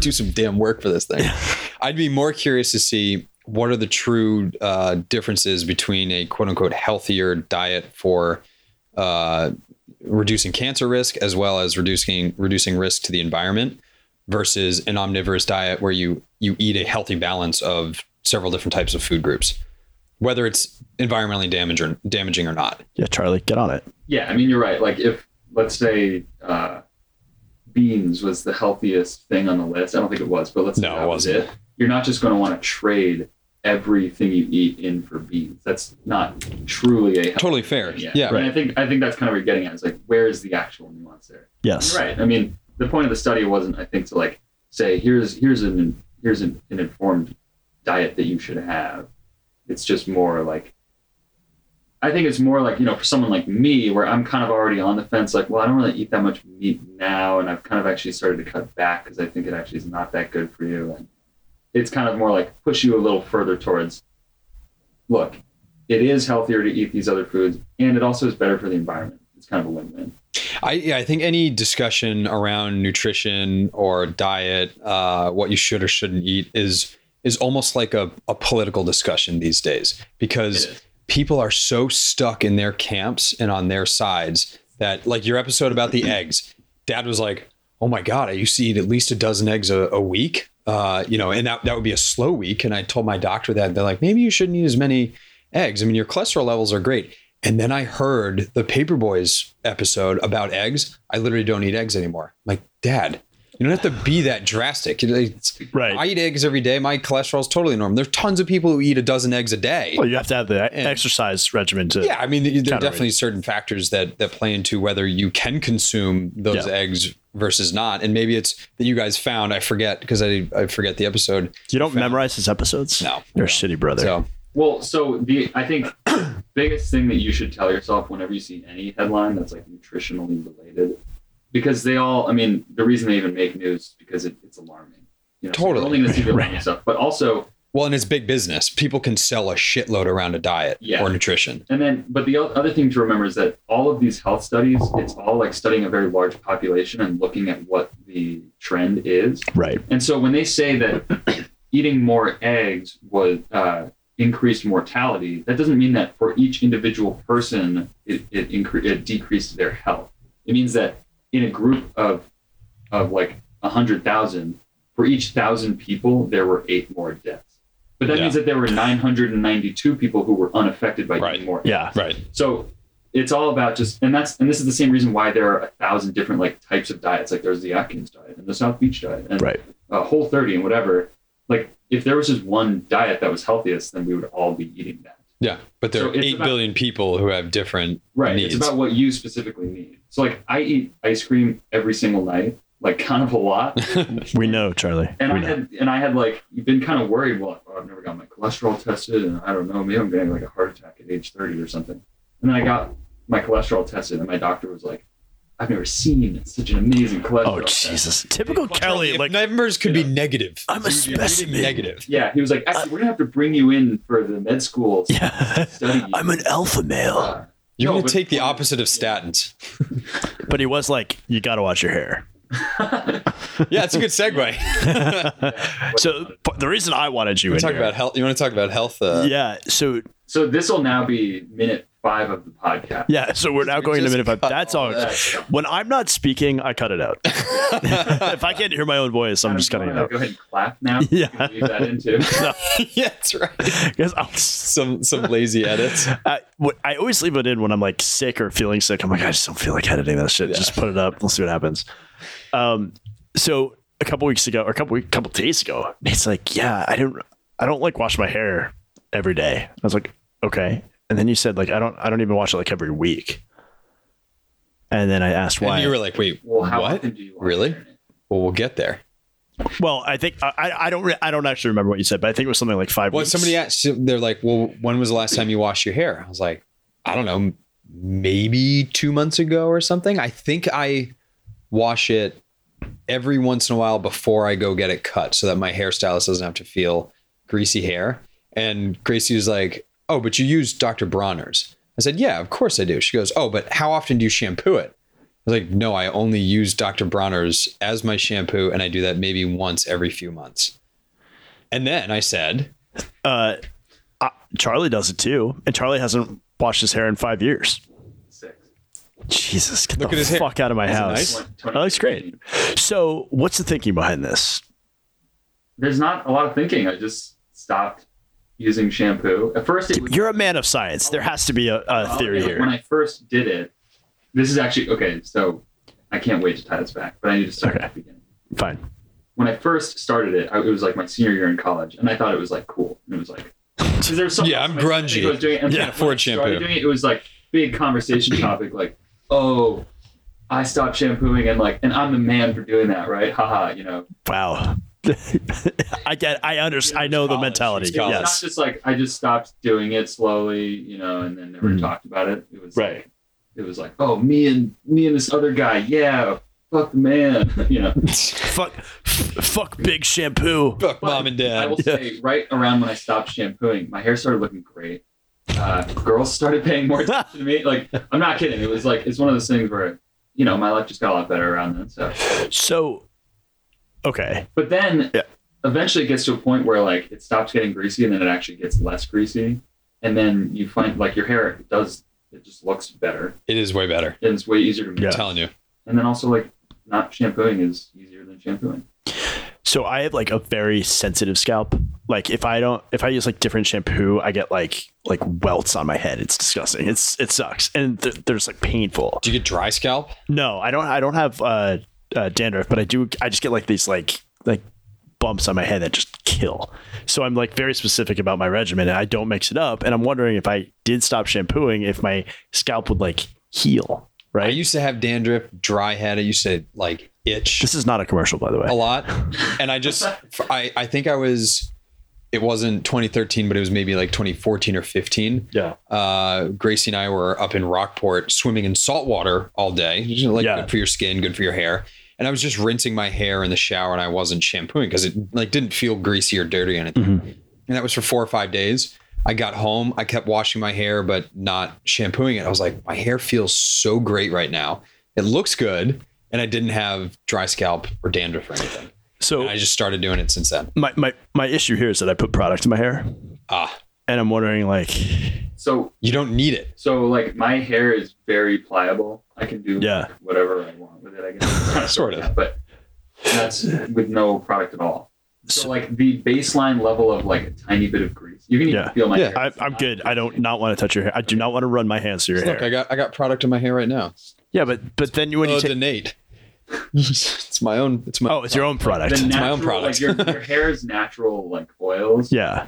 S2: do some damn work for this thing. I'd be more curious to see what are the true uh, differences between a quote unquote healthier diet for uh, reducing cancer risk as well as reducing reducing risk to the environment versus an omnivorous diet where you you eat a healthy balance of several different types of food groups, whether it's environmentally damage or, damaging or not.
S1: Yeah, Charlie, get on it.
S3: Yeah, I mean, you're right. Like, if let's say uh, beans was the healthiest thing on the list, I don't think it was, but let's say
S2: No, it
S3: that was
S2: wasn't.
S3: it. You're not just going to want to trade everything you eat in for beans. That's not truly a healthy
S2: Totally fair.
S3: thing yet.
S2: Yeah.
S3: And I think I think that's kind of what you're getting at. Is like, where is the actual nuance there?
S1: Yes.
S3: You're right. I mean, the point of the study wasn't, I think, to like say here's here's an here's an, an informed diet that you should have. It's just more like I think it's more like you know for someone like me where I'm kind of already on the fence. Like, well, I don't really eat that much meat now, and I've kind of actually started to cut back because I think it actually is not that good for you. And it's kind of more like push you a little further towards. Look, it is healthier to eat these other foods, and it also is better for the environment. It's kind of a win-win.
S2: I, yeah, I think any discussion around nutrition or diet, uh, what you should or shouldn't eat, is is almost like a, a political discussion these days because
S3: It is.
S2: people are so stuck in their camps and on their sides that, like your episode about the eggs, Dad was like, "Oh my God, I used to eat at least a dozen eggs a, a week." Uh, you know, and that that would be a slow week. And I told my doctor that they're like, maybe you shouldn't eat as many eggs. I mean, your cholesterol levels are great. And then I heard the Paperboys episode about eggs. I literally don't eat eggs anymore. I'm like, Dad, you don't have to be that drastic. You know, it's-
S1: Right.
S2: I eat eggs every day. My cholesterol's totally normal. There's tons of people who eat a dozen eggs a day.
S1: well, you have to have the exercise regimen to.
S2: Yeah, I mean, there there are
S1: Counter
S2: definitely certain factors that that play into whether you can consume those
S1: Yeah.
S2: eggs versus not, and maybe it's that you guys found. I forget because I I forget the episode.
S1: You don't memorize his episodes.
S2: No.
S1: You're a shitty brother.
S2: So
S3: Well, so the I think biggest thing that you should tell yourself whenever you see any headline that's like nutritionally related, because they all I mean the reason they even make news is because it, it's alarming. You know, so you're
S2: Totally.
S3: only going to see the alarming
S1: Right.
S3: stuff, but also
S2: well, and it's big business. People can sell a shitload around a diet
S3: Yeah.
S2: or nutrition.
S3: and then but the o- other thing to remember is that all of these health studies it's all like studying a very large population and looking at what the trend is.
S1: Right.
S3: And so when they say that eating more eggs was uh, increased mortality, that doesn't mean that for each individual person it it, incre- it decreased their health. It means that in a group of of like a hundred thousand, for each thousand people there were eight more deaths. But that
S2: Yeah.
S3: means that there were 992 people who were unaffected by
S2: Right.
S3: eating more
S1: Yeah.
S2: Right.
S3: so it's all about just and that's and this is the same reason why there are a thousand different like types of diets like there's the atkins diet and the south beach diet and
S1: Right.
S3: uh, whole 30 and whatever like if there was just one diet that was healthiest then we would all be eating that
S2: Yeah, but there
S3: So
S2: are eight
S3: it's
S2: billion
S3: about-
S2: people who have different
S3: right
S2: needs.
S3: it's about what you specifically need so like i eat ice cream every single night like kind of a lot
S1: We know, Charlie.
S3: and
S1: we
S3: i
S1: know.
S3: had and i had like been kind of worried well i've never got my cholesterol tested and i don't know maybe i'm getting like a heart attack at age 30 or something and then i got my cholesterol tested and my doctor was like i've never seen such an amazing cholesterol
S1: oh,
S3: test."
S1: Jesus. Typical Kelly.
S2: If
S1: Like,
S2: numbers could
S3: you
S2: be negative.
S1: I'm a
S2: You're reading
S1: specimen.
S2: Negative.
S3: yeah he was like actually we're gonna have to bring you in for the med school
S1: Uh, yeah.
S3: study
S1: I'm an alpha male.
S3: Uh,
S2: You're
S3: No,
S2: gonna
S3: but-
S2: take the opposite of statins.
S1: But he was like, you got to watch your hair.
S2: Yeah, it's a good segue.
S3: Uh,
S1: So p- the reason I wanted you in
S2: talk
S1: here-
S2: about health. You want to talk about health? Uh,
S1: yeah. So
S3: so this will now be minute five of the podcast Uh,
S1: yeah. So we're now
S2: We
S1: going to
S2: just
S1: minute five.
S2: cut
S1: That's
S2: all
S1: all.
S3: that.
S1: When I'm not speaking, I cut it out. if I can't hear my own voice, I'm just cutting it out.
S3: go ahead and clap now
S1: Yeah.
S3: You can leave that in too
S2: yeah, that's right.
S1: Because I'll-
S2: Some some lazy edits.
S1: I, what- I always leave it in when I'm like sick or feeling sick. I'm like, I just don't feel like editing that shit. Just put it up. We'll see what happens. Um, so a couple weeks ago, or a couple week, couple days ago, Nate's like, yeah, I don't, I don't like wash my hair every day. I was like, okay. And then you said like, I don't, I don't even wash it like every week. And then I asked why.
S2: And you were like, wait,
S3: well how
S2: what?
S3: often do you want
S2: Really?
S3: to hear it?
S2: Well, we'll get there.
S1: well, I think I, I- I don't, re- I don't actually remember what you said, but I think it was something like five.
S2: Well,
S1: weeks.
S2: somebody asked, they're like, well, when was the last time you washed your hair? I was like, I don't know, maybe two months ago or something. I think I wash it every once in a while before I go get it cut so that my hairstylist doesn't have to feel greasy hair. And Gracie was like, oh, but you use Dr. Bronner's. I said, yeah, of course I do. She goes, oh, but how often do you shampoo it? I was like, no, I only use Dr. Bronner's as my shampoo, and I do that maybe once every few months. And then I said,
S1: uh, uh, Charlie does it too, and Charlie hasn't washed his hair in five years.
S3: six
S1: Jesus, get
S2: Look
S1: the
S2: at his hair.
S1: fuck out of my
S2: it
S1: house.
S2: nice?
S1: That looks great. So, what's the thinking behind this?
S3: there's not a lot of thinking. I just stopped using shampoo. At first, it was
S1: You're a man of science. There has to be a, a theory
S3: When
S1: here.
S3: I first did it, this is actually okay. So I can't wait to tie this back, but I need to start
S1: Okay.
S3: at the beginning.
S1: Fine.
S3: When I first started it, I, it was like my senior year in college, and I thought it was like cool. And it was like There's something
S2: Yeah,
S3: else
S2: I'm
S3: my sister
S2: grungy.
S3: was doing it, and
S2: Yeah,
S3: when I
S2: Ford
S3: started
S2: shampoo.
S3: Doing it, it was like big conversation topic, like, oh, I stopped shampooing and like, and I'm the man for doing that, right? Haha, you know.
S1: Wow. I get. I understand. I know the
S2: College,
S1: mentality.
S2: it's
S3: It's
S2: college.
S1: Yes.
S3: not just like I just stopped doing it slowly, you know, and then never
S1: Mhm.
S3: talked about it. It was
S1: Right.
S3: it was like, oh, me and me and this other guy, yeah, fuck the man, you know.
S1: Fuck. Fuck big shampoo.
S2: Fuck
S3: But
S2: mom and
S3: I
S2: dad.
S3: will say, right around when I stopped shampooing, my hair started looking great. Uh, girls started paying more attention to me. Like, I'm not kidding. It was like it's one of those things where, you know, my life just got a lot better around then. So,
S1: So. Okay.
S3: but then
S1: Yeah.
S3: eventually it gets to a point where like it stops getting greasy and then it actually gets less greasy, and then you find like your hair does it just looks better
S2: It is way better.
S3: and it's way easier to
S1: Yeah.
S3: maintain.
S2: I'm telling you.
S3: And then also like not shampooing is easier than shampooing.
S1: So I have like a very sensitive scalp. Like if I don't, if I use like different shampoo, I get like like welts on my head. It's disgusting. It's it sucks, and th- they're just like painful.
S2: Do you get dry scalp?
S1: No, I don't. I don't have uh, uh, dandruff, but I do. I just get like these like like bumps on my head that just kill. So I'm like very specific about my regimen, and I don't mix it up. And I'm wondering if I did stop shampooing, if my scalp would like heal.
S2: I
S1: Right.
S2: used to have dandruff, dry head. I used to like itch
S1: this is not a commercial, by the way.
S2: a lot. And I just, I, I think I was, it wasn't 2013, but it was maybe like 2014 or 15.
S1: Yeah.
S2: Uh, Gracie and I were up in Rockport swimming in salt water all day. You know, Like
S1: Yeah.
S2: good for your skin, good for your hair. And I was just rinsing my hair in the shower and I wasn't shampooing because it like didn't feel greasy or dirty or anything.
S1: Mm-hmm.
S2: And that was for four or five days. I got home, I kept washing my hair, but not shampooing it. I was like, my hair feels so great right now. It looks good. And I didn't have dry scalp or dandruff or anything.
S1: So
S2: And I just started doing it since then.
S1: my, my my issue here is that I put product in my hair,
S2: Ah,
S1: and I'm wondering like,
S3: So
S2: you don't need it.
S3: so like my hair is very pliable. I can do
S1: Yeah.
S3: whatever I want with it. I guess
S2: Sort of.
S3: but that's with no product at all.
S1: So-
S3: So like the baseline level of like a tiny bit of grease. You can even
S1: Yeah.
S3: feel my
S2: Yeah.
S3: hair.
S1: I,
S3: It's
S1: I'm
S3: not
S1: good. I don't
S3: greasy.
S1: not want to touch your hair. I do not want to run my hands through your
S2: Look, I
S1: hair.
S2: got I got product in my hair right now.
S1: Yeah, but but then you when you
S2: Oh,
S1: take
S2: the Nate. it's my own. It's my.
S1: oh, it's your own product.
S3: The
S2: It's
S3: natural,
S2: my own
S3: Like your, your hair's natural like oils
S1: Yeah.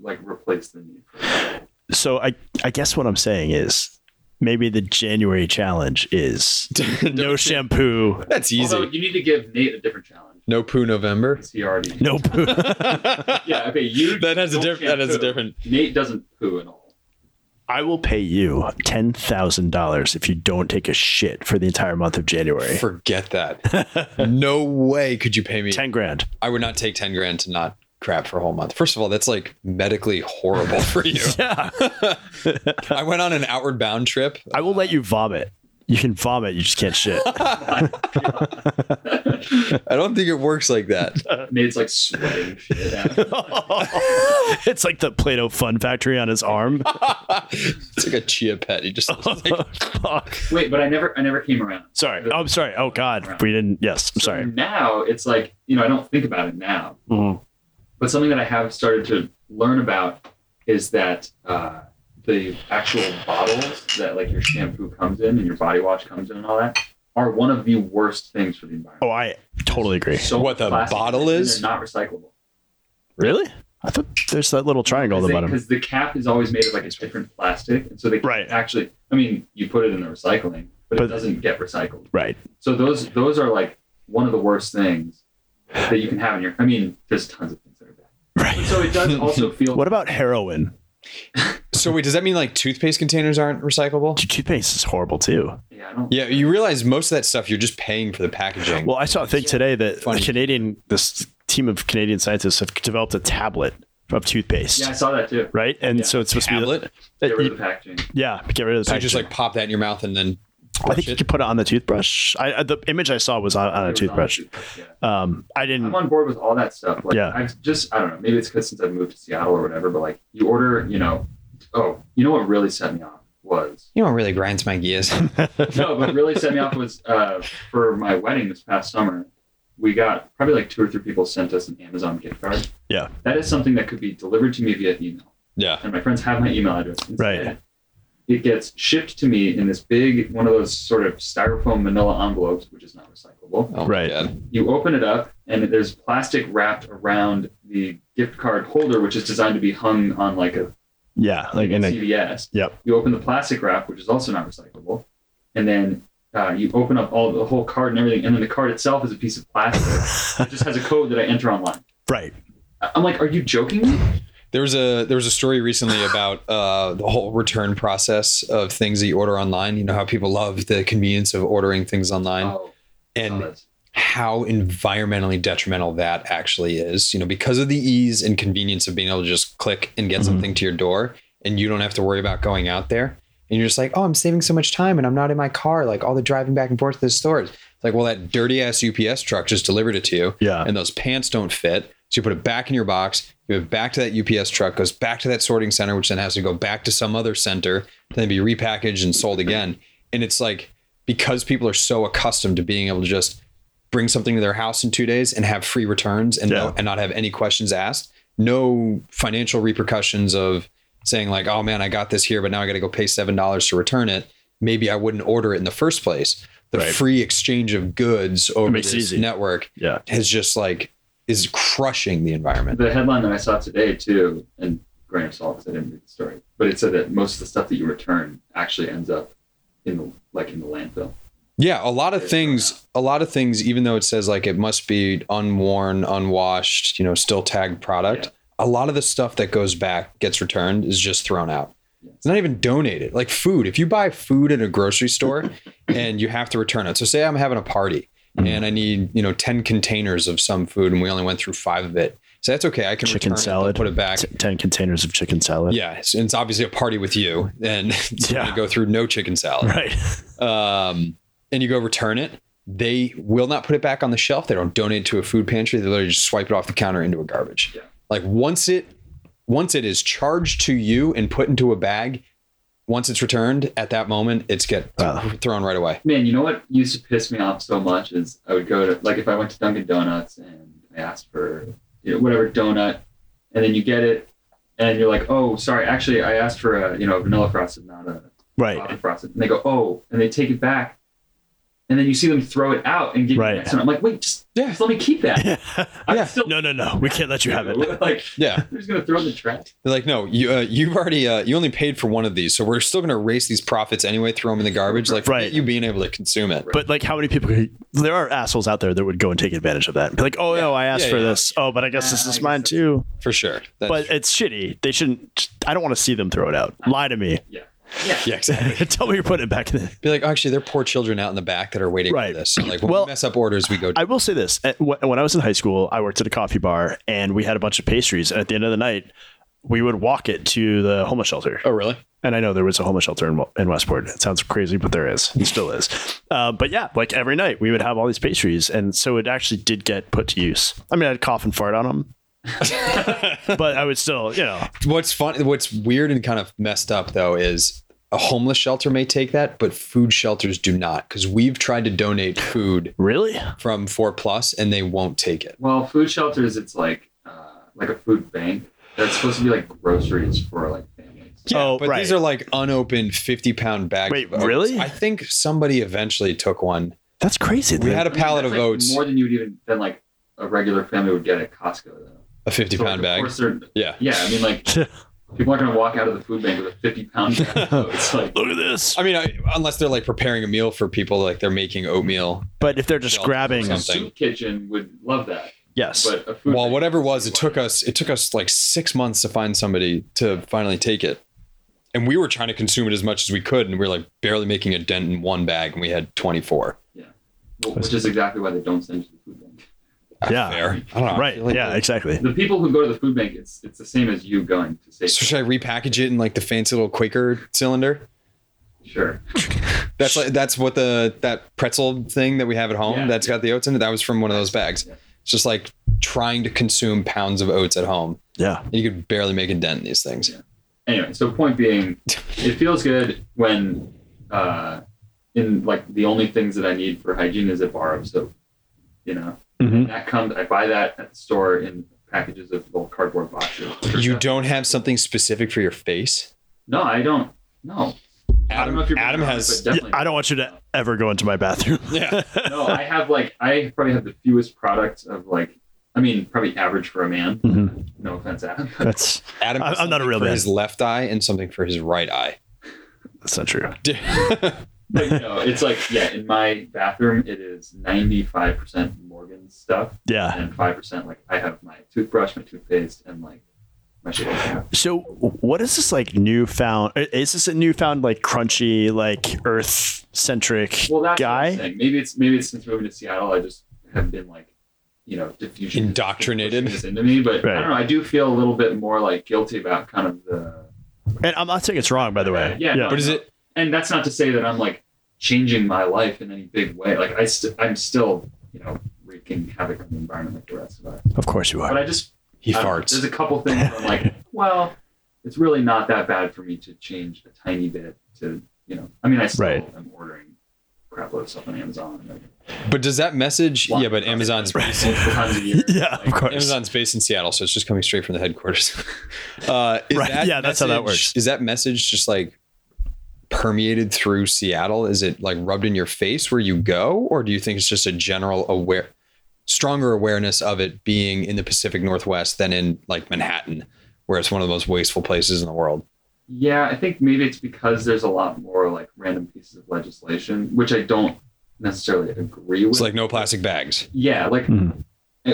S3: like replace the need. for
S1: so I I guess what I'm saying is maybe the January challenge is no shampoo,
S2: That's
S3: it.
S2: easy.
S3: Although you need to give Nate a different challenge.
S2: no poo November.
S3: Because he already
S1: no poo.
S2: yeah,
S3: Yeah, okay, you
S2: that has a
S3: don't
S2: different. That has a
S3: shampoo.
S2: different.
S3: Nate doesn't poo at all.
S1: I will pay you ten thousand dollars if you don't take a shit for the entire month of January.
S2: Forget that. no way could you pay me.
S1: ten grand.
S2: I would not take ten grand to not crap for a whole month. First of all, that's like medically horrible for you.
S1: Yeah,
S2: I went on an outward bound trip.
S1: I will let you vomit. You can vomit, you just can't shit.
S2: I don't think it works like that.
S3: Nate's like sweating shit out.
S1: it's like the Play-Doh Fun Factory on his arm.
S2: it's like a chia pet. You just
S1: Fuck.
S3: Wait, but I never I never came around.
S1: Sorry. Oh, I'm sorry. Oh God, we didn't. Yes, I'm
S3: So
S1: sorry.
S3: Now it's like, you know, I don't think about it now.
S1: Mhm.
S3: But something that I have started to learn about is that uh, the actual bottles that like your shampoo comes in and your body wash comes in and all that are one of the worst things for the environment.
S1: Oh, I totally agree.
S3: So
S2: What, the
S3: much plastic
S2: bottle
S3: and
S2: is?
S3: They're not recyclable.
S1: Really? I thought there's that little triangle on the bottom.
S3: Because the cap is always made of like a different plastic. And so they can't
S1: Right.
S3: actually, I mean, you put it in the recycling, but,
S1: But-
S3: it doesn't get recycled.
S1: Right.
S3: So those those are like one of the worst things that you can have in your, I mean, there's tons of things that are bad.
S1: Right.
S3: So it does also feel
S1: What about heroin?
S2: so wait, does that mean like toothpaste containers aren't recyclable?
S1: Dude, toothpaste is horrible too.
S3: Yeah, I don't.
S2: Yeah, you realize most of that stuff you're just paying for the packaging.
S1: Well, I saw a thing today that
S2: Funny.
S1: a Canadian, this team of Canadian scientists have developed a tablet of toothpaste,
S3: Yeah, I saw that too.
S1: right? And
S3: Yeah.
S1: so it's supposed
S2: tablet.
S1: to
S3: Get
S1: be,
S3: rid of the packaging.
S1: yeah, get rid of the
S2: so you
S1: packaging.
S2: just like pop that in your mouth and then.
S1: I think
S2: brush
S1: you
S2: it?
S1: could put it on the toothbrush. I, I- the image I saw was on, on a
S3: It was on the
S1: toothbrush.
S3: toothbrush, yeah.
S1: Um, I
S3: I'm
S1: didn't.
S3: on board with all that stuff. Like,
S1: Yeah.
S3: I've just, I don't know, maybe it's because since I've moved to Seattle or whatever, but like, you order, you know, oh, you know what really set me off was,
S2: You know what really grinds my gears?
S3: no, but really set me off was uh, for my wedding this past summer, we got probably like two or three people sent us an Amazon gift card.
S1: Yeah.
S3: That is something that could be delivered to me via email.
S2: yeah.
S3: And my friends have my email address. Instead,
S1: Right.
S3: it gets shipped to me in this big one of those sort of styrofoam manila envelopes, which is not recyclable.
S2: Oh, my
S1: Right.
S2: God.
S3: You open it up, and there's plastic wrapped around the gift card holder, which is designed to be hung on like a
S1: Yeah, like in a
S3: CVS.
S1: Yep.
S3: You open the plastic wrap, which is also not recyclable, and then uh, you open up all the whole card and everything, and then the card itself is a piece of plastic. it just has a code that I enter online.
S1: right.
S3: I- I'm like, are you joking me?
S2: There was a there was a story recently about uh, the whole return process of things that you order online. You know how people love the convenience of ordering things online,
S3: Oh,
S2: and
S3: oh, that's-
S2: how environmentally detrimental that actually is. You know, because of the ease and convenience of being able to just click and get
S1: Mhm.
S2: something to your door and you don't have to worry about going out there. And you're just like, oh, I'm saving so much time and I'm not in my car, like all the driving back and forth to the stores. It's like, well, that dirty ass UPS truck just delivered it to you
S1: Yeah.
S2: and those pants don't fit. So you put it back in your box, you have back to that UPS truck, goes back to that sorting center, which then has to go back to some other center, then be repackaged and sold again. And it's like because people are so accustomed to being able to just bring something to their house in two days and have free returns and
S1: Yeah.
S2: no, and not have any questions asked, no financial repercussions of saying like, oh man, I got this here, but now I got to go pay seven dollars to return it. Maybe I wouldn't order it in the first place. The
S1: Right.
S2: free exchange of goods over
S1: makes it
S2: this
S1: easy.
S2: network
S1: Yeah.
S2: has just like is crushing the environment.
S3: The headline that I saw today too, and grain of salt because I didn't read the story, but it said that most of the stuff that you return actually ends up in the like in the landfill.
S2: Yeah, a lot of things, a lot of things, even though it says like it must be unworn, unwashed, you know, still tagged product,
S3: Yeah.
S2: a lot of the stuff that goes back, gets returned, is just thrown out.
S3: Yeah.
S2: It's not even donated. Like food, if you buy food at a grocery store and you have to return it. So say I'm having a party
S1: Mhm.
S2: and I need, you know, 10 containers of some food and we only went through five of it. So that's okay. I can
S1: Chicken
S2: return it,
S1: salad.
S2: put it back.
S1: T- Ten containers of chicken salad.
S2: Yeah, it's, it's obviously a party with you, and it's
S1: Yeah.
S2: gonna go through no chicken salad.
S1: Right.
S2: Um, and you go return it. They will not put it back on the shelf. They don't donate it to a food pantry. They literally just swipe it off the counter into a garbage.
S3: Yeah.
S2: Like once it, once it is charged to you and put into a bag, once it's returned, at that moment it's get
S1: Wow.
S2: thrown right away.
S3: Man, you know what used to piss me off so much is I would go to like if I went to Dunkin' Donuts and I asked for you know, whatever donut, and then you get it, and you're like, oh, sorry, actually I asked for a you know a vanilla frosted, not a
S1: Right.
S3: chocolate frosted, and they go, oh, and they take it back, and then you see them throw it out and give you
S1: Right.
S3: the next one. I'm like, wait, just,
S2: Yeah,
S3: just let me keep that. I'm
S2: Yeah.
S3: still
S1: No, no, no. We can't let you have it.
S3: Like
S2: yeah.
S3: Who's gonna throw in the trash?
S2: They're like, no, you uh, you've already uh, you only paid for one of these, so we're still gonna erase these profits anyway. Throw them in the garbage. Like, forget
S1: Right.
S2: you being able to consume it.
S1: But like, how many people? Could, there are assholes out there that would go and take advantage of that. And be like, oh no, I asked
S2: Yeah,
S1: for
S2: yeah.
S1: this. Oh, but I guess this
S3: Yeah, I
S1: is
S3: guess
S1: mine
S3: that's-
S1: too.
S2: For sure. That's
S1: but it's shitty. They shouldn't. I don't want to see them throw it out. Lie to me.
S3: Yeah. Yeah.
S2: yeah, exactly.
S1: Tell me you're putting it back in. The-
S2: Be like, "Oh, actually, they're poor children out in the back that are waiting
S1: Right.
S2: for this. So, like, when
S1: Well,
S2: we mess up orders, we go.
S1: I will say this: At- wh- when I was in high school, I worked at a coffee bar, and we had a bunch of pastries. And at the end of the night, we would walk it to the homeless shelter.
S2: oh, really?
S1: And I know there was a homeless shelter in, Wa- in Westport. It sounds crazy, but there is. It still is. Uh, but yeah, like every night we would have all these pastries. And so it actually did get put to use. I mean, I'd cough and fart on them, but I would still, you know,
S2: What's fun? What's weird and kind of messed up though is a homeless shelter may take that, but food shelters do not because we've tried to donate food
S1: really?
S2: from Four Plus and they won't take it.
S3: Well, food shelters, it's like uh, like a food bank. That's supposed to be like groceries for like families.
S1: Yeah, Oh,
S2: but
S1: right.
S2: these are like unopened fifty-pound bags.
S1: Wait,
S2: of oats.
S1: really?
S2: I think somebody eventually took one.
S1: That's crazy.
S2: We
S1: that-
S2: had a pallet
S3: That's,
S2: of
S3: like,
S2: oats,
S3: More than you'd even than like a regular family would get at Costco though.
S2: a
S3: So, like,
S2: fifty-pound
S3: of
S2: bag.
S3: course they're-
S2: Yeah.
S3: Yeah, I mean like people aren't gonna walk out of the food bank with a fifty pound bag. So it's like
S1: Look at this.
S2: I mean, I, unless they're like preparing a meal for people, like they're making oatmeal.
S1: But if they're just
S2: Shelter
S1: grabbing,
S3: a
S2: something.
S3: soup kitchen would love that,
S1: yes.
S3: but a food.
S2: Well,
S3: bank-
S2: whatever it was, it took us it took us like six months to find somebody to finally take it. And we were trying to consume it as much as we could, and we were like barely making a dent in one bag, and we had twenty four.
S3: which is exactly why they don't send you to the food bank.
S1: Yeah.
S2: Ah, fair. I don't know. I
S1: Right.
S2: feel like
S1: Yeah,
S2: that-
S1: exactly.
S3: The people who go to the food bank, it's it's the same as you going to say
S2: So should I repackage it in like the fancy little Quaker cylinder?
S3: sure.
S2: That's like that's what the that pretzel thing that we have at home
S3: Yeah.
S2: that's got the oats in it. That was from one of those bags.
S3: Yeah.
S2: It's just like trying to consume pounds of oats at home,
S1: Yeah.
S2: and you could barely make a dent in these things.
S3: anyway, so point being, it feels good when uh, in like the only things that I need for hygiene is a bar of soap. You know,
S2: Mm-hmm.
S1: Mhm.
S3: that comes. I buy that at the store in packages of little cardboard boxes.
S2: You don't have something specific for your face.
S3: No, I don't. No, I don't know
S2: Adam,
S3: if you're
S2: Adam
S3: being honest,
S2: has.
S3: but
S1: Yeah,
S3: definitely-
S1: I don't want you to ever go into my bathroom.
S2: Yeah.
S3: no, I have like I probably have the fewest products of like I mean probably average for a man.
S1: Mhm.
S2: Mm-hmm.
S3: No offense, Adam.
S1: That's
S2: Adam
S1: I'm-
S2: has
S1: I'm not a
S2: something
S1: real
S2: for
S1: man.
S2: his left eye and something for his right eye.
S1: that's not true.
S3: but you know, it's like yeah, in my bathroom it is ninety five percent Morgan stuff
S1: Yeah.
S3: and five percent like I have my toothbrush, my toothpaste, and like my shit.
S1: So what is this like newfound? Is this a newfound like crunchy like earth centric
S3: Well, that's what I'm
S1: guy?
S3: saying. Maybe it's maybe it's since moving to Seattle, I just have been like, you know, diffusion
S2: Indoctrinated.
S3: pushing this into me. But
S1: Right.
S3: I don't know. I do feel a little bit more like guilty about kind of the.
S1: And I'm not saying it's wrong, by the way.
S3: Yeah, no,
S2: But is it?
S3: and that's not to say that I'm like changing my life in any big way. Like I, st- I'm still, you know, wreaking havoc on the environment like the rest of us.
S1: of course you
S3: But
S1: are.
S3: I just
S2: He
S3: I don't know,
S2: farts.
S3: Uh, There's a couple things where I'm like, well, it's really not that bad for me to change a tiny bit to, you know, I mean, I still
S1: Right.
S3: am ordering crap load of stuff on Amazon like,
S2: but does that message?
S3: Wow.
S2: Yeah, but Amazon's based in,
S3: multiple times a year.
S1: Yeah, of
S3: Like,
S1: course.
S2: Amazon's based in Seattle, so it's just coming straight from the headquarters. Uh, is
S1: Right.
S2: that
S1: Yeah, that's how that
S2: message-
S1: works.
S2: Is that message just like permeated through Seattle? Is it like rubbed in your face where you go, or do you think it's just a general aware, stronger awareness of it being in the Pacific Northwest than in like Manhattan, where it's one of the most wasteful places in the world?
S3: Yeah, I think maybe it's because there's a lot more like random pieces of legislation, which I don't necessarily agree with.
S2: It's like Hmm. no plastic bags.
S3: yeah, like
S1: Mhm.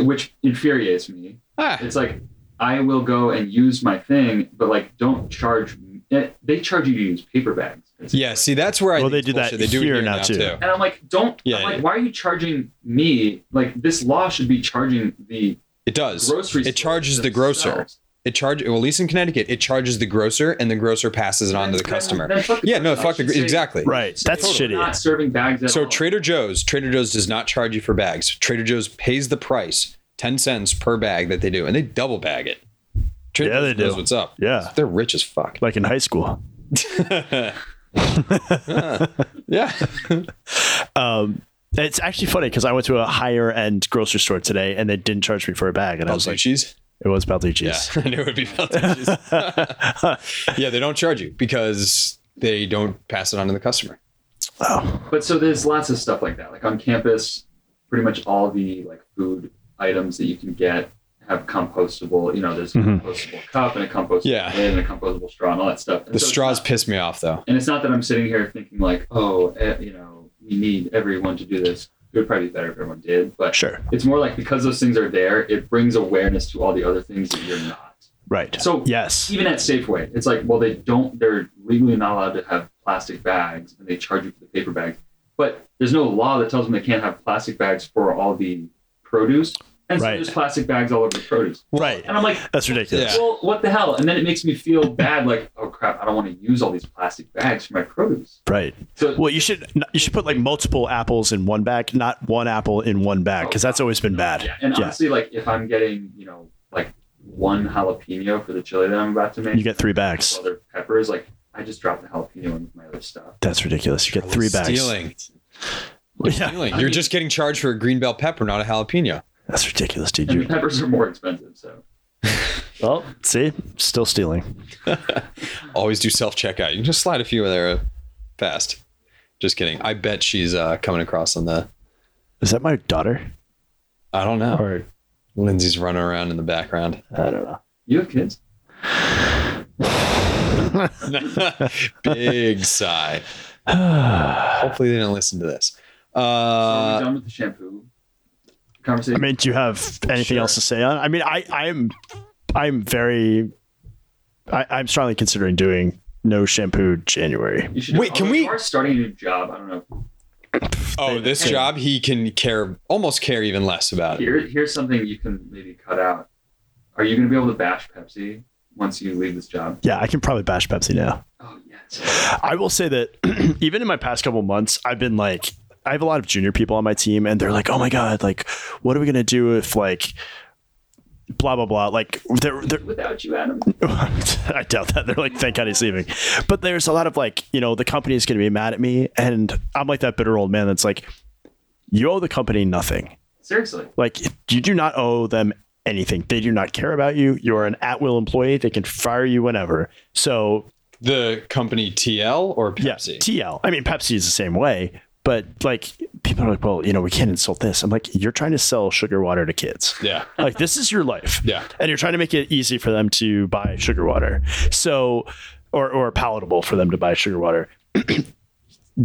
S3: which infuriates me.
S2: Ah,
S3: It's like I will go and use my thing, but like don't charge. me- eh, They charge you to use paper bags. It's-
S2: yeah. See, that's where I.
S1: Well,
S2: think
S1: they do
S2: it's
S1: that
S2: bullshit. They do it
S1: here
S2: here
S1: now,
S2: now
S1: too.
S2: too.
S3: And I'm like, don't.
S2: Yeah,
S3: I'm
S2: yeah.
S3: like, why are you charging me? Like this law should be charging the
S2: It does.
S3: grocery.
S2: It
S3: stores
S2: charges the grocer.
S3: themselves.
S2: It charge well, at least in Connecticut, it charges the grocer, and the grocer passes it on to the
S3: Then-
S2: customer.
S3: then fuck the
S2: Yeah, no,
S3: grocer. I
S2: fuck the
S3: should say-
S2: exactly.
S1: Right.
S3: say
S1: That's
S3: we're
S1: shitty.
S3: Not serving bags at
S2: So
S3: all.
S2: Trader Joe's, Trader Joe's does not charge you for bags. Trader Joe's pays the price, ten cents per bag that they do, and they double bag it. Trader
S1: Yeah, they
S2: Joe's knows
S1: do.
S2: What's up?
S1: Yeah.
S2: They're rich as fuck.
S1: Like in high school.
S2: Yeah,
S1: Um, it's actually funny because I went to a higher end grocery store today and they didn't charge me for a bag. And I was like,
S2: Balducci's.
S1: it was
S2: Yeah,
S1: Balducci's.
S2: I knew it would be Balducci's. yeah, they don't charge you because they don't pass it on to the customer.
S1: Oh,
S3: But so there's lots of stuff like that. Like on campus, pretty much all the like food items that you can get have compostable. You know, there's a
S1: Mhm.
S3: compostable cup and a compostable
S2: Yeah.
S3: lid and a compostable straw and all that stuff. And
S2: The
S3: so it's
S2: straws
S3: not-
S2: piss me off though.
S3: and it's not that I'm sitting here thinking like, oh, eh, you know, we need everyone to do this. It would probably be better if everyone did, but
S1: Sure.
S3: it's more like because those things are there, it brings awareness to all the other things that you're not.
S1: Right.
S3: So
S1: Yes.
S3: even at Safeway, it's like, well, they don't, they're legally not allowed to have plastic bags and they charge you for the paper bags. But there's no law that tells them they can't have plastic bags for all the produce. And so
S1: Right.
S3: there's plastic bags all over the produce.
S1: Right.
S3: And I'm like,
S1: That's ridiculous.
S2: Yeah.
S3: well, what the hell? And then it makes me feel bad, like, oh crap, I don't want to use all these plastic bags for my produce.
S1: Right.
S3: So
S1: Well, you should you should put like multiple apples in one bag, not one apple in one bag, because that's always been bad.
S3: yeah. and
S1: yeah.
S3: honestly, like if I'm getting, you know, like one jalapeno for the chili that I'm about to make,
S1: You get three bags.
S3: other peppers, like I just drop the jalapeno in with my other stuff.
S1: That's ridiculous. You get three bags.
S2: Stealing.
S1: Yeah,
S2: Really? You're just getting charged for a green bell pepper, not a jalapeno.
S1: that's ridiculous, dude.
S3: And the
S1: You
S3: peppers are more expensive, so
S1: well, see, still stealing.
S2: Always do self checkout. You can just slide a few in there fast. Just kidding. I bet she's uh, coming across on the.
S1: Is that my daughter
S2: I don't know.
S1: Oh. or
S2: Lindsay's running around in the background.
S1: I don't know?
S3: you have kids.
S2: Big sigh. Hopefully they didn't listen to this.
S3: So are we
S2: Uh,
S3: done with the shampoo conversation?
S1: I mean, do you have anything
S2: Sure.
S1: else to say on? I mean, I I'm I'm very I, I'm strongly considering doing no shampoo January.
S3: you should
S2: Wait, can
S3: although
S2: we-
S3: You are starting a new job. I don't know.
S2: oh, this job he can care almost care even less about it.
S3: Here, here's something you can maybe cut out. Are you going to be able to bash Pepsi once you leave this job?
S1: Yeah, I can probably bash Pepsi now.
S3: Oh yes.
S1: I will say that even in my past couple months, I've been like, I have a lot of junior people on my team, and they're like, "Oh my god, like, what are we gonna do if like, blah blah blah?" Like, they're, they're
S3: Without you, Adam.
S1: I doubt that. They're like, "Thank God he's leaving," but there's a lot of like, you know, the company's gonna be mad at me, and I'm like that bitter old man that's like, "You owe the company nothing.
S3: Seriously.
S1: Like, you do not owe them." Anything they do not care about you. You're an at will employee. They can fire you whenever. So
S2: The company TL or
S1: Yeah,
S2: Pepsi?
S1: TL. I mean, Pepsi is the same way, but like people are like, well, you know, we can't insult this. I'm like, you're trying to sell sugar water to kids.
S2: yeah.
S1: Like this is your life.
S2: Yeah.
S1: And you're trying to make it easy for them to buy sugar water. So or or palatable for them to buy sugar water.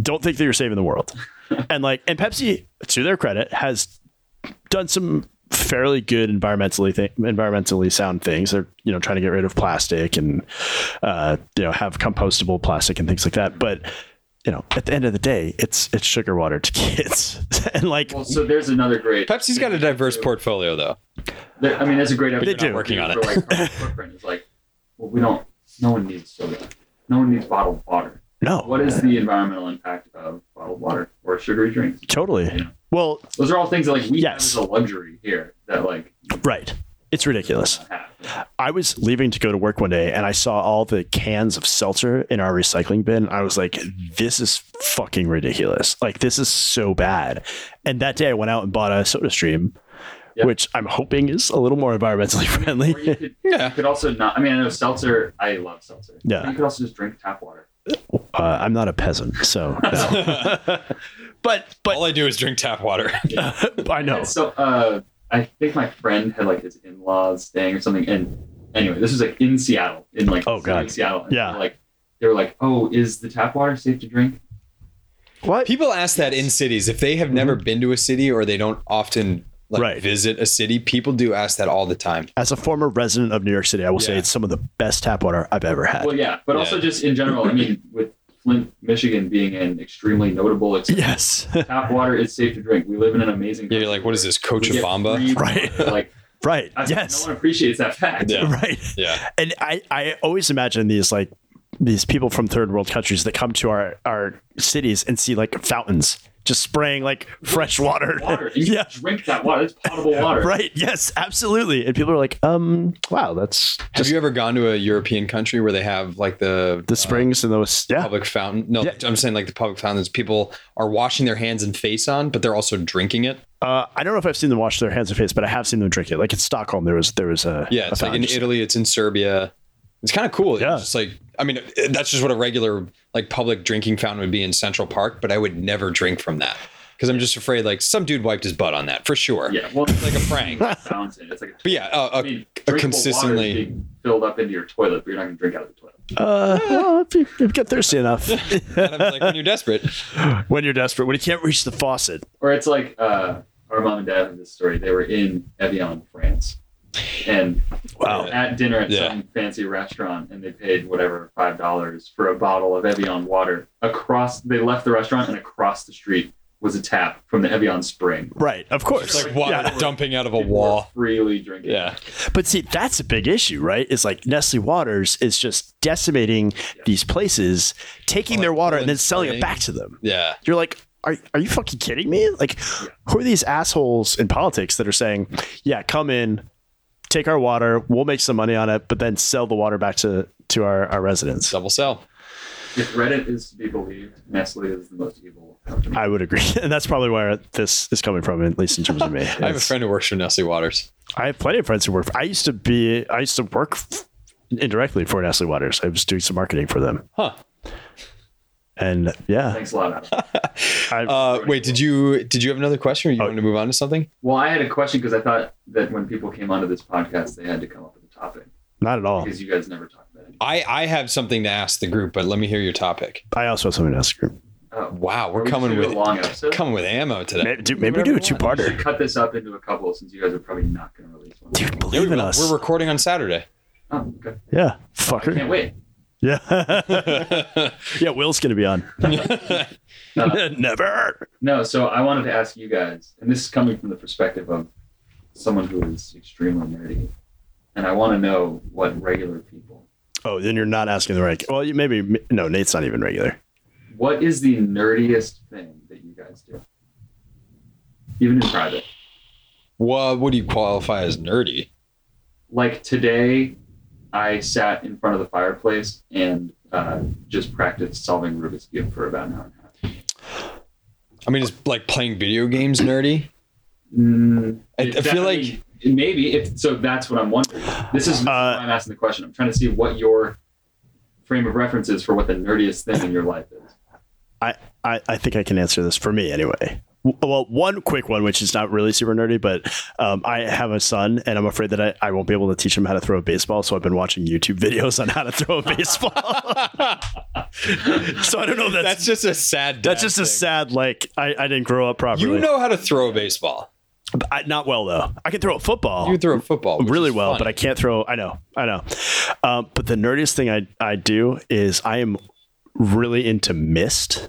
S1: Don't think that you're saving the world. And like and Pepsi, to their credit, has done some fairly good environmentally thi- environmentally sound things. They're, you know, trying to get rid of plastic and uh, you know, have compostable plastic and things like that. But you know, at the end of the day, it's it's sugar water to kids. and like
S3: Well, so there's another great.
S2: Pepsi's got a diverse portfolio, though.
S3: There, I mean, that's a great
S1: They
S3: episode.
S1: do.
S2: Working on
S3: for, Like, carbon footprint is like, well, we don't. No one needs soda. No one needs bottled water.
S1: no.
S3: What is the environmental impact of bottled water or sugary drinks?
S1: Totally. Well,
S3: Those are all things that like we
S1: Yes.
S3: have as a luxury here that like you
S1: right. It's ridiculous.
S3: don't have.
S1: I was leaving to go to work one day and I saw all the cans of seltzer in our recycling bin. I was like, this is fucking ridiculous. Like, this is so bad. And that day I went out and bought a soda stream,
S3: Yeah.
S1: which I'm hoping is a little more environmentally
S3: Or you
S1: friendly.
S3: could, you
S2: Yeah.
S3: could also not. I mean, I know seltzer. I love seltzer.
S1: Yeah.
S3: You could also just drink tap water.
S1: Uh, I'm not a peasant, so no. but, but
S2: All I do is drink tap water.
S1: I know.
S3: And So uh, I think my friend had like his in-laws staying or something, and anyway, this was like in Seattle, in like
S1: Oh, God.
S3: in Seattle. And
S1: Yeah.
S3: they were Like they were like, oh, is the tap water safe to drink?
S1: What?
S2: People ask that in cities if they have never been to a city or they don't often like
S1: Mm-hmm. Right.
S2: visit a city. People do ask that all the time.
S1: As a former resident of New York City, I will say
S2: Yeah.
S1: it's some of the best tap water I've ever had.
S3: Well, yeah, but
S2: Yeah.
S3: also just in general. I mean, with Flint, Michigan being an extremely notable, it's
S1: yes.
S3: tap water is safe to drink. We live in an amazing.
S2: Yeah, you're like, what is this,
S3: We get
S2: Cochabamba?
S3: free-
S1: Right.
S3: Like,
S1: right.
S3: I-
S1: yes.
S3: no one appreciates that fact.
S2: Yeah.
S1: Right.
S2: Yeah.
S1: and I, I always imagine these like these people from third world countries that come to our our cities and see like fountains just spraying like fresh water.
S3: Water, and you
S1: yeah.
S3: drink that water. It's potable water.
S1: Right. Yes. Absolutely. And people are like, um, wow, that's
S2: Have you ever gone to a European country where they have like the
S1: the springs and those. Yeah.
S2: public fountain? No,
S1: Yeah.
S2: I'm saying like the public fountains people are washing their hands and face on, but they're also drinking it.
S1: Uh, I don't know if I've seen them wash their hands and face, but I have seen them drink it. Like in Stockholm, there was there was a
S2: Yeah,
S1: a
S2: it's like
S1: fountain
S2: in
S1: just-
S2: Italy, it's in Serbia. It's kind of cool.
S1: Yeah.
S2: It's just like I mean, that's just what a regular like public drinking fountain would be in Central Park, but I would never drink from that because I'm just afraid like some dude wiped his butt on that for sure.
S3: Yeah. Well,
S2: Like a prank. but
S3: sounds in. It's like a
S2: yeah, uh, a,
S3: I mean,
S2: a
S3: drinkable water is
S2: consistently
S3: being filled up into your toilet, but you're not going to drink out of the toilet.
S1: Uh, well, if, you, if you get thirsty enough,
S2: and I'm like when you're desperate.
S1: when you're desperate, when you can't reach the faucet,
S3: Or it's like uh, our mom and dad had this story. They were in Evian, France, and
S1: Wow.
S3: at dinner at
S2: Yeah.
S3: some fancy restaurant, and they paid whatever five dollars for a bottle of Evian water. Across, they left the restaurant, and across the street was a tap from the Evian spring.
S1: right? Of course,
S2: It's like water
S1: Yeah.
S2: dumping out of a
S3: People were
S2: wall.
S3: freely drinking.
S2: Yeah.
S1: But see, that's a big issue, right? It's like Nestle Waters is just decimating these places, taking
S2: Like
S1: their water and
S2: Poland
S1: then selling it
S2: Spring.
S1: back to them.
S2: Yeah.
S1: You're like, are, are you fucking kidding me? Like, who are these assholes in politics that are saying, yeah, come in, take our water, we'll make some money on it, but then sell the water back to, to our, our residents?
S2: Double sell.
S3: If Reddit is to be believed, Nestle is the most evil company.
S1: I would agree. And that's probably where this is coming from, at least in terms of me.
S2: I have a friend who works for Nestle Waters.
S1: I have plenty of friends who work. For, I used to be, I used to work f- indirectly for Nestle Waters. I was doing some marketing for them.
S2: Huh.
S1: And yeah,
S3: Thanks a lot. Adam.
S1: I,
S2: Uh, wait, did you did you have another question or you
S1: Oh.
S2: wanted to move on to something?
S3: Well, I had a question because I thought that when people came onto this podcast, they had to come up with a topic
S1: not at all.
S3: because you guys never talk about it.
S2: I I have something to ask the group, but let me hear your topic.
S1: I also have something to ask you.
S3: Oh,
S2: Wow, we're
S3: we
S2: coming
S3: should do
S2: with
S3: a long episode.
S2: coming with ammo today.
S1: Maybe, do, maybe we do a two
S3: We
S1: parter.
S3: should cut this up into a couple since you guys are probably not going to release one.
S1: Dude,
S2: Yeah, we
S1: believe in
S2: will.
S1: us.
S2: We're recording on Saturday.
S3: Oh, okay.
S1: yeah,
S3: Can't
S1: fucker.
S3: wait.
S1: Yeah, yeah. Will's gonna be on.
S2: yeah,
S1: Never.
S3: No, so I wanted to ask you guys, and this is coming from the perspective of someone who is extremely nerdy, and I want to know what regular people.
S1: Oh, then you're not asking the right. Well, you maybe no. Nate's not even regular.
S3: What is the nerdiest thing that you guys do, even in private?
S2: well, what do you qualify as nerdy?
S3: like today i sat in front of the fireplace and uh, just practiced solving rubik's cube for about an hour and a half
S2: I mean, is like playing video games nerdy?
S3: Mm,
S2: I-
S3: it
S2: I feel like-
S3: definitely- maybe if so that's what i'm wondering this is
S1: Uh,
S3: why i'm asking the question i'm trying to see what your frame of reference is for what the nerdiest thing in your life is.
S1: I, I, I think I can answer this for me anyway. W- Well, one quick one, which is not really super nerdy, but um, I have a son and I'm afraid that I, I won't be able to teach him how to throw a baseball. So I've been watching YouTube videos on how to throw a baseball. so I don't know. If Oh, that's, that's,
S2: That's just a sad. dad
S1: just a
S2: thing.
S1: sad, like, I, I didn't grow up properly.
S2: You know how to throw a baseball.
S1: But I, not well, though. I can throw a football.
S2: You can throw a football which
S1: really
S2: is
S1: well,
S2: funny.
S1: but I can't throw. I know, I know. Um, but the nerdiest thing I I do is I am really into Mist.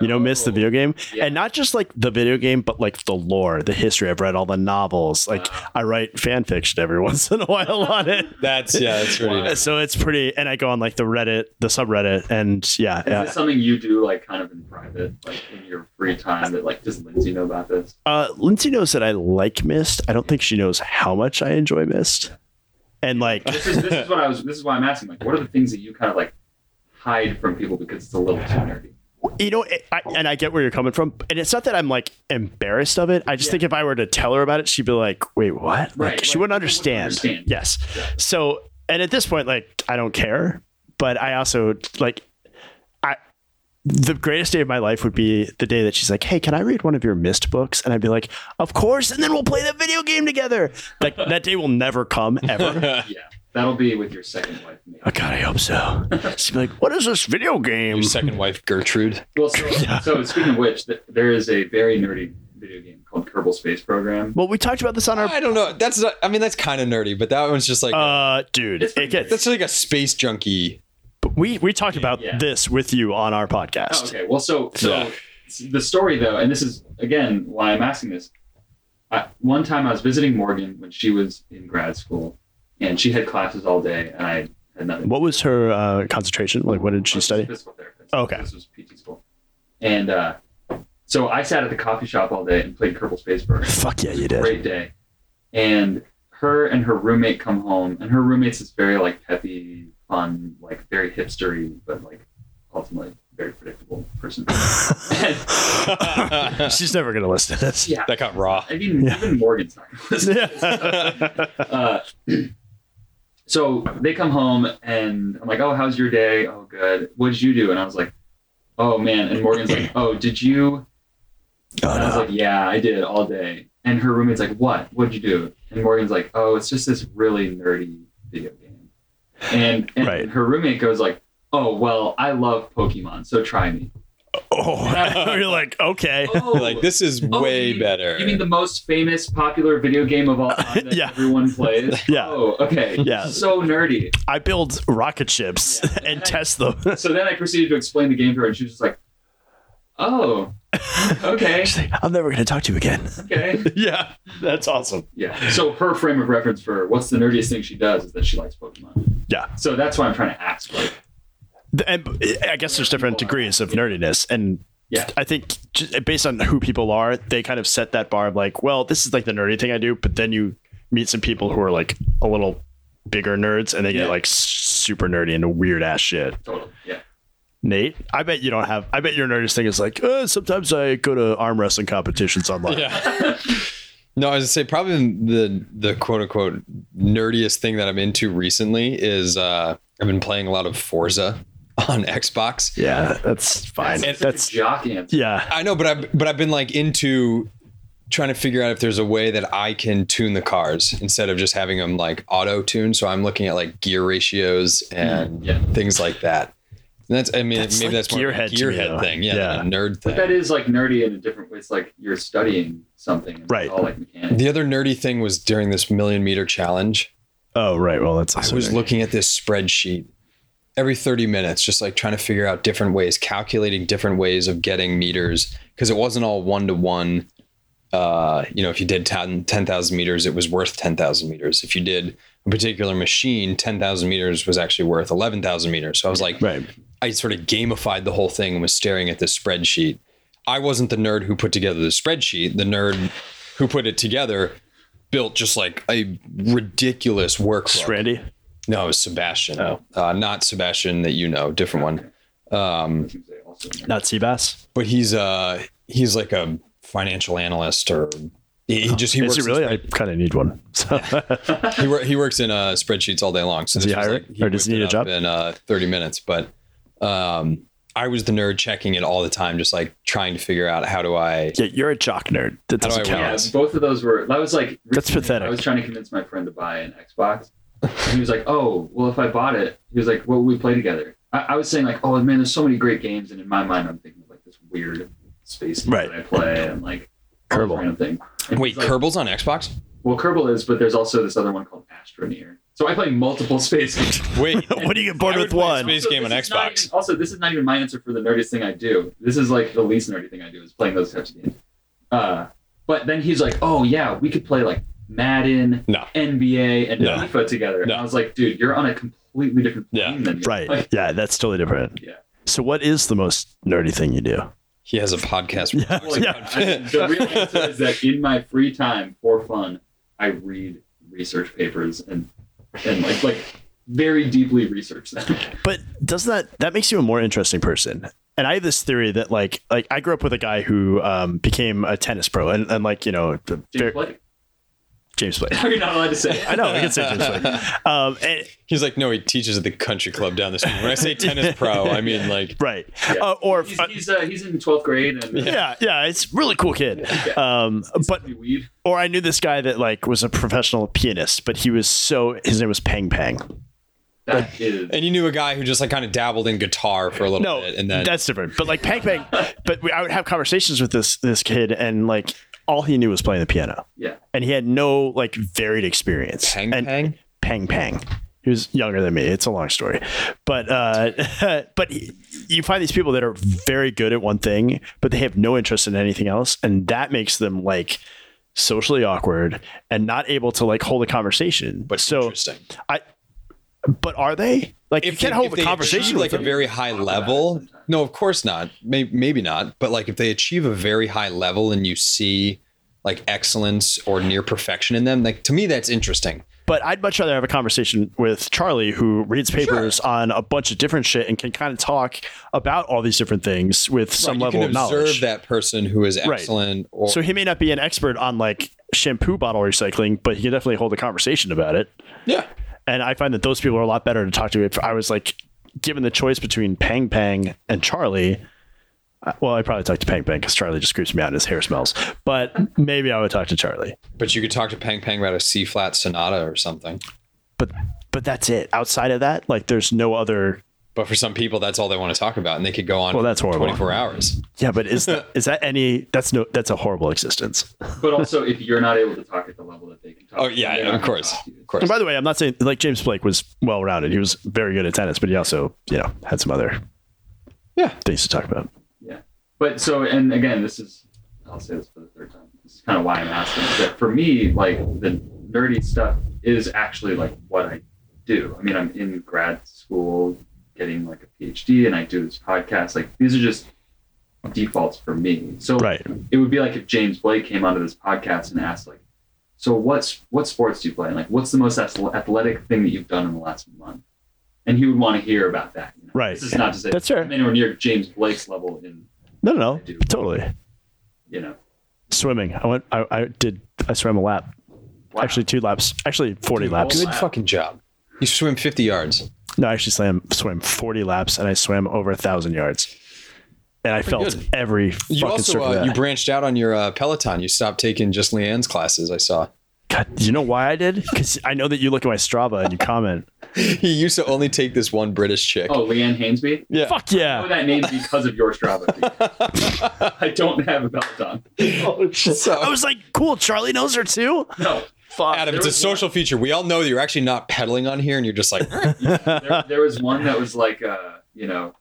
S1: You know, Mist, the
S3: Oh,
S1: video game,
S3: yeah.
S1: and not just like the video game, but like the lore, the history. I've read all the novels. Like
S2: Uh.
S3: Wow.
S1: I write fan fiction every once in a while on it.
S2: That's yeah. That's pretty.
S3: Wow.
S2: nice.
S1: So it's pretty, and I go on like the Reddit, the subreddit, and yeah,
S3: Is
S1: yeah.
S3: this something you do like kind of in private, like in your free time? That like does Lindsay know about this?
S1: Uh, Lindsay knows that I like Mist. I don't think she knows how much I enjoy Mist, and like
S3: This is this is what I was. This is why I'm asking. Like, what are the things that you kind of like hide from people because it's a little too nerdy?
S1: you know, it, I, and I get where you're coming from, and it's not that I'm like embarrassed of it. I just
S3: Yeah.
S1: think if I were to tell her about it, she'd be like, "Wait, what?" Like,
S3: Right,
S1: she wouldn't
S3: like, people wouldn't
S1: understand.
S3: understand.
S1: Yes.
S3: Yeah.
S1: So, and at this point, like, I don't care, but I also like, I, the greatest day of my life would be the day that she's like, "Hey, can I read one of your missed books?" And I'd be like, "Of course!" And then we'll play that video game together. Like that day will never come ever.
S3: Yeah, that'll be with your second wife. Maybe.
S1: oh, God, I hope so. She'd be like, "What is this video game?"
S2: Your second wife Gertrude.
S3: Well, so, so speaking of which, th- there is a very nerdy video game called Kerbal Space Program.
S1: Well, we talked about this on our.
S2: I don't know. That's not, I mean that's kind of nerdy, but that one's just like
S1: Uh, dude,
S3: It's
S1: it gets
S2: that's like a space junkie.
S1: But we we talked about
S3: Yeah.
S1: this with you on our podcast.
S3: Oh, okay. Well, so so
S2: Yeah.
S3: the story though, and this is again why I'm asking this. I, one time I was visiting Morgan when she was in grad school, and she had classes all day, and I had nothing.
S1: What was her uh, concentration? Like, what did she
S3: She's
S1: study?
S3: Physical therapist.
S1: Oh, okay.
S3: This was PT school, and uh, so I sat at the coffee shop all day and played Kerbal Space Program.
S1: Fuck yeah, you did.
S3: Great day, and her and her roommate come home, and her roommate's is very like peppy, fun, like very hipstery, but like ultimately very predictable person. And-
S2: that
S1: She's never gonna listen to this.
S3: yeah,
S2: got raw.
S3: I mean,
S1: Yeah.
S3: even Morgan's not gonna listen.
S1: Oh,
S3: Uh, so they come home and I'm like, "Oh, how's your day? Oh, good. What'd you do?" And I was like, "Oh man." And Morgan's like, "Oh, did you?"
S1: Oh,
S3: And I was
S1: no.
S3: like, "Yeah, I did all day." And her roommate's like, "What? What'd you do?" And Morgan's like, "Oh, it's just this really nerdy video game." And, and
S1: Right.
S3: her roommate goes like, "Oh, well, I love Pokemon, so try me."
S1: Oh, you're like okay.
S3: Oh,
S2: Like this is
S3: Oh,
S2: way
S3: you mean-
S2: better.
S3: You mean the most famous, popular video game of all time that
S1: Yeah.
S3: everyone plays?
S1: Yeah.
S3: Oh, okay.
S1: Yeah.
S3: So nerdy.
S1: I build rocket ships
S3: Yeah.
S1: and test them.
S3: So then I proceeded to explain the game to her, and she was just like, "Oh, okay,
S1: She's like, I'm never gonna talk to you again.
S3: okay."
S1: Yeah, that's awesome.
S3: Yeah. So her frame of reference for what's the nerdiest thing she does is that she likes Pokemon.
S1: Yeah.
S3: So that's why I'm trying to ask. Like,
S1: Th- And b- I guess there's different degrees of nerdiness, and
S3: Yeah.
S1: I think just based on who people are, they kind of set that bar of like, well, this is like the nerdy thing I do, but then you meet some people who are like a little bigger nerds, and they
S3: Yeah.
S1: get like super nerdy into weird ass shit.
S3: totally. Yeah.
S1: Nate, I bet you don't have. I bet your nerdiest thing is like, uh, sometimes I go to arm wrestling competitions online.
S2: yeah. No, I was gonna say probably the the quote unquote nerdiest thing that I'm into recently is uh, I've been playing a lot of Forza on Xbox.
S1: Yeah, that's fine.
S3: That's,
S1: That's,
S3: that's jock answer.
S1: yeah.
S2: I know, but I've but I've been like into trying to figure out if there's a way that I can tune the cars instead of just having them like auto tune. So I'm looking at like gear ratios and
S3: Yeah.
S2: things like that. And that's I mean
S1: That's
S2: maybe
S1: like
S2: that's more of a
S1: gearhead to me,
S2: gearhead
S1: though.
S2: thing, yeah,
S1: Yeah.
S2: than a nerd thing.
S3: But that is like nerdy in a different way. It's like you're studying something. And it's
S1: Right.
S3: All like mechanics.
S2: the other nerdy thing was during this million meter challenge.
S1: Oh right. Well, that's.
S2: I
S1: also
S2: was
S1: nerdy.
S2: looking at this spreadsheet every 30 minutes, just like trying to figure out different ways, calculating different ways of getting meters because it wasn't all one to one. Uh, you know, if you did 10 10,000 meters, it was worth 10,000 meters. If you did a particular machine, 10,000 meters was actually worth 11,000 meters. So I was like,
S1: Right.
S2: I sort of gamified the whole thing and was staring at this spreadsheet. I wasn't the nerd who put together the spreadsheet. The nerd who put it together built just like a ridiculous workflow.
S1: Randy.
S2: No, it was Sebastian.
S1: Oh.
S2: Uh, not Sebastian that you know, different one. Um,
S3: That's what they also-
S1: Not Seabass.
S2: but he's uh he's like a financial analyst or He, he just he
S1: Oh, Is
S2: works
S1: it really?
S2: in
S1: I kind of need one. So
S2: spread- he, wor- he works in uh, spreadsheets all day long. So
S1: Does he
S2: this was
S1: hire
S2: like-
S1: it? Or does he
S2: whipped
S1: need a
S2: it up
S1: job?
S2: in uh, thirty minutes? But um, I was the nerd checking it all the time, just like trying to figure out how do I.
S1: yeah, you're a jock nerd. That
S2: How do
S1: doesn't
S2: I
S1: count.
S2: win?
S3: Yeah,
S2: Yes.
S3: both of those were. That was like
S1: That's pathetic.
S3: I was trying to convince my friend to buy an Xbox, and he was like, "Oh, well, if I bought it, he was like, what would we play together?" I, I was saying like, "Oh man, there's so many great games," and in my mind, I'm thinking of like this weird space game
S1: Right.
S3: that I play and like all this
S1: Kerbal.
S3: random thing. And
S2: Wait,
S3: he's like,
S2: Kerbal's on Xbox?
S3: Well, Kerbal is, but there's also this other one called Astroneer. So I play multiple space games.
S2: Wait,
S1: when do you get bored
S2: I
S1: with
S2: would play
S1: one?
S2: Space-
S3: Also,
S2: game on
S3: this is not
S2: Xbox.
S3: even- also, this is not even my answer for the nerdiest thing I do. This is like the least nerdy thing I do is playing those types of games. Uh, but then he's like, "Oh yeah, we could play like Madden,
S2: No.
S3: NBA, and
S2: No.
S3: FIFA together."
S2: No.
S3: And I was like, "Dude, you're on a completely different plane than me."
S1: Right.
S3: Like,
S1: Yeah, that's totally different.
S3: Yeah.
S1: So what is the most nerdy thing you do?
S2: he has a podcast.
S1: Yeah.
S2: Where he talks
S3: I
S2: about-
S3: mean, the real answer is that in my free time for fun, I read research papers and and like like very deeply research them.
S1: But does that that makes you a more interesting person? And I have this theory that like like I grew up with a guy who um, became a tennis pro and, and like you know the-
S3: James Blake.
S1: James Blake.
S3: You're not allowed to say.
S1: I know we can say James Blake. Um, and,
S2: He's like, no, he teaches at the country club down the street. When I say tennis pro, I mean like
S1: right.
S3: Yeah.
S1: Uh, or
S3: He's, he's, uh, he's in 12th grade and uh,
S1: yeah, yeah, it's really cool kid. Um, but
S3: weed.
S1: or I knew this guy that like was a professional pianist, but he was so his name was Pang Pang.
S3: That is.
S2: And you knew a guy who just like kind of dabbled in guitar for a little
S1: No,
S2: bit, and then
S1: that's different. But like Pang Pang, but we, I would have conversations with this this kid, and like all he knew was playing the piano,
S3: Yeah.
S1: and he had no like varied experience.
S2: Pang
S1: and
S2: Pang.
S1: Pang Pang. He was younger than me. It's a long story, but uh, but he- you find these people that are very good at one thing, but they have no interest in anything else, and that makes them like socially awkward and not able to like hold a conversation.
S2: But
S1: so,
S2: interesting.
S1: but are they like you can't
S2: they-
S1: hold a
S2: they
S1: conversation
S2: achieve,
S1: with
S2: like a
S1: them?
S2: very high level. No, of course not. Maybe, maybe not. But like if they achieve a very high level and you see like excellence or near perfection in them, like to me that's interesting.
S1: But I'd much rather have a conversation with Charlie, who reads papers on a bunch of different shit and can kind of talk about all these different things with some
S2: Like,
S1: level
S2: you can
S1: of
S2: observe
S1: knowledge.
S2: that person who is excellent or
S1: So he may not be an expert on like shampoo bottle recycling, but he can definitely hold a conversation about it.
S2: yeah.
S1: And I find that those people are a lot better to talk to. If I was like given the choice between Pang Pang and Charlie, I- well, I probably talk to Pang Pang because Charlie just creeps me out and his hair smells. But maybe I would talk to Charlie.
S2: But you could talk to Pang Pang about a C flat sonata or something.
S1: But but that's it. Outside of that, like there's no other
S2: But for some people, that's all they want to talk about, and they could go on
S1: Well, that's
S2: for
S1: horrible.
S2: 24 hours.
S1: Yeah, but is that, is that any? That's no. That's a horrible existence.
S3: But also, if you're not able to talk at the level that they can talk,
S2: Oh,
S3: to,
S2: yeah,
S3: they don't
S2: of course.
S3: talk to you.
S2: Of course.
S1: And by the way, I'm not saying like James Blake was well rounded. He was very good at tennis, but he also you know had some other
S2: Yeah.
S1: things to talk about.
S3: But so, and again, this is, I'll say this for the third time. This is kind of why I'm asking. is That for me, like the nerdy stuff is actually like what I do. I mean, I'm in grad school getting like a PhD and I do this podcast. Like these are just defaults for me. So
S1: Right.
S3: it would be like if James Blake came onto this podcast and asked like, so what's what sports do you play? And like, what's the most ath- athletic thing that you've done in the last month? And he would want to hear about that. you know?
S1: Right.
S3: This is not to say
S1: That's fair.
S3: I'm anywhere near James Blake's level in
S1: No, no, no.
S3: I do.
S1: Totally.
S3: you know.
S1: Swimming. I went. I, I did. I swam a lap.
S3: Wow.
S1: Actually, two laps. Actually, forty
S2: Dude,
S1: laps.
S2: Good fucking job. You swim 50 yards.
S1: No, I actually swam swam forty laps, and I swam over a thousand yards. And I felt
S2: good.
S1: every
S2: You
S1: fucking
S2: also
S1: stroke of
S2: uh,
S1: that.
S2: you branched out on your uh, Peloton. You stopped taking just Leanne's classes. I saw.
S1: God, you know why I did? Because I know that you look at my Strava and you comment.
S2: He used to only take this one British chick.
S3: oh, Leanne Hainsby.
S2: yeah.
S1: Fuck
S3: I know
S1: yeah!
S3: that name because of your Strava. I don't have a Peloton.
S1: I
S2: So
S1: was like, cool. Charlie knows her too.
S3: No.
S1: Fuck.
S2: Adam,
S3: there
S2: it's a
S3: was
S2: social feature. We all know that you're actually not pedaling on here, and you're just like,
S3: There, there was one that was like, uh, you know,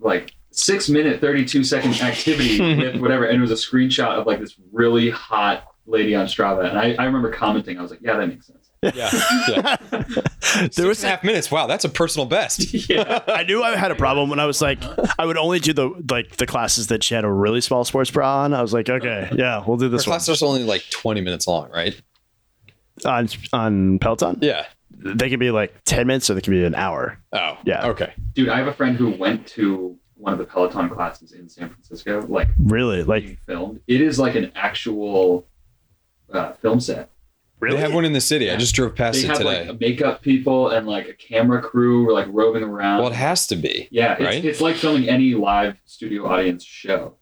S3: like six minute, 32 second activity with whatever. And it was a screenshot of like this really hot lady on Strava. And I, I remember commenting, I was like, yeah, that makes sense.
S2: yeah, yeah.
S1: there
S2: Six
S1: was
S2: and a half minutes. Wow, that's a personal best.
S3: yeah.
S1: I knew I had a problem when I was like, I would only do the like the classes that she had a really small sports bra on. I was like, okay, yeah, we'll do
S2: Her
S1: this one
S2: class is only like 20 minutes long, right?
S1: on on Peloton.
S2: Yeah.
S1: They could be like ten minutes, or they could be an hour.
S2: Oh.
S1: Yeah.
S2: Okay.
S3: Dude, I have a friend who went to one of the Peloton classes in San Francisco, like
S1: Really, like
S3: being filmed. It is like an actual uh, film set.
S2: They have one in the city. I just drove past
S3: they
S2: it
S3: have
S2: today.
S3: like makeup people and like a camera crew like roving around.
S2: well, it has to be.
S3: yeah, it's,
S2: right?
S3: it's like filming any live studio audience show.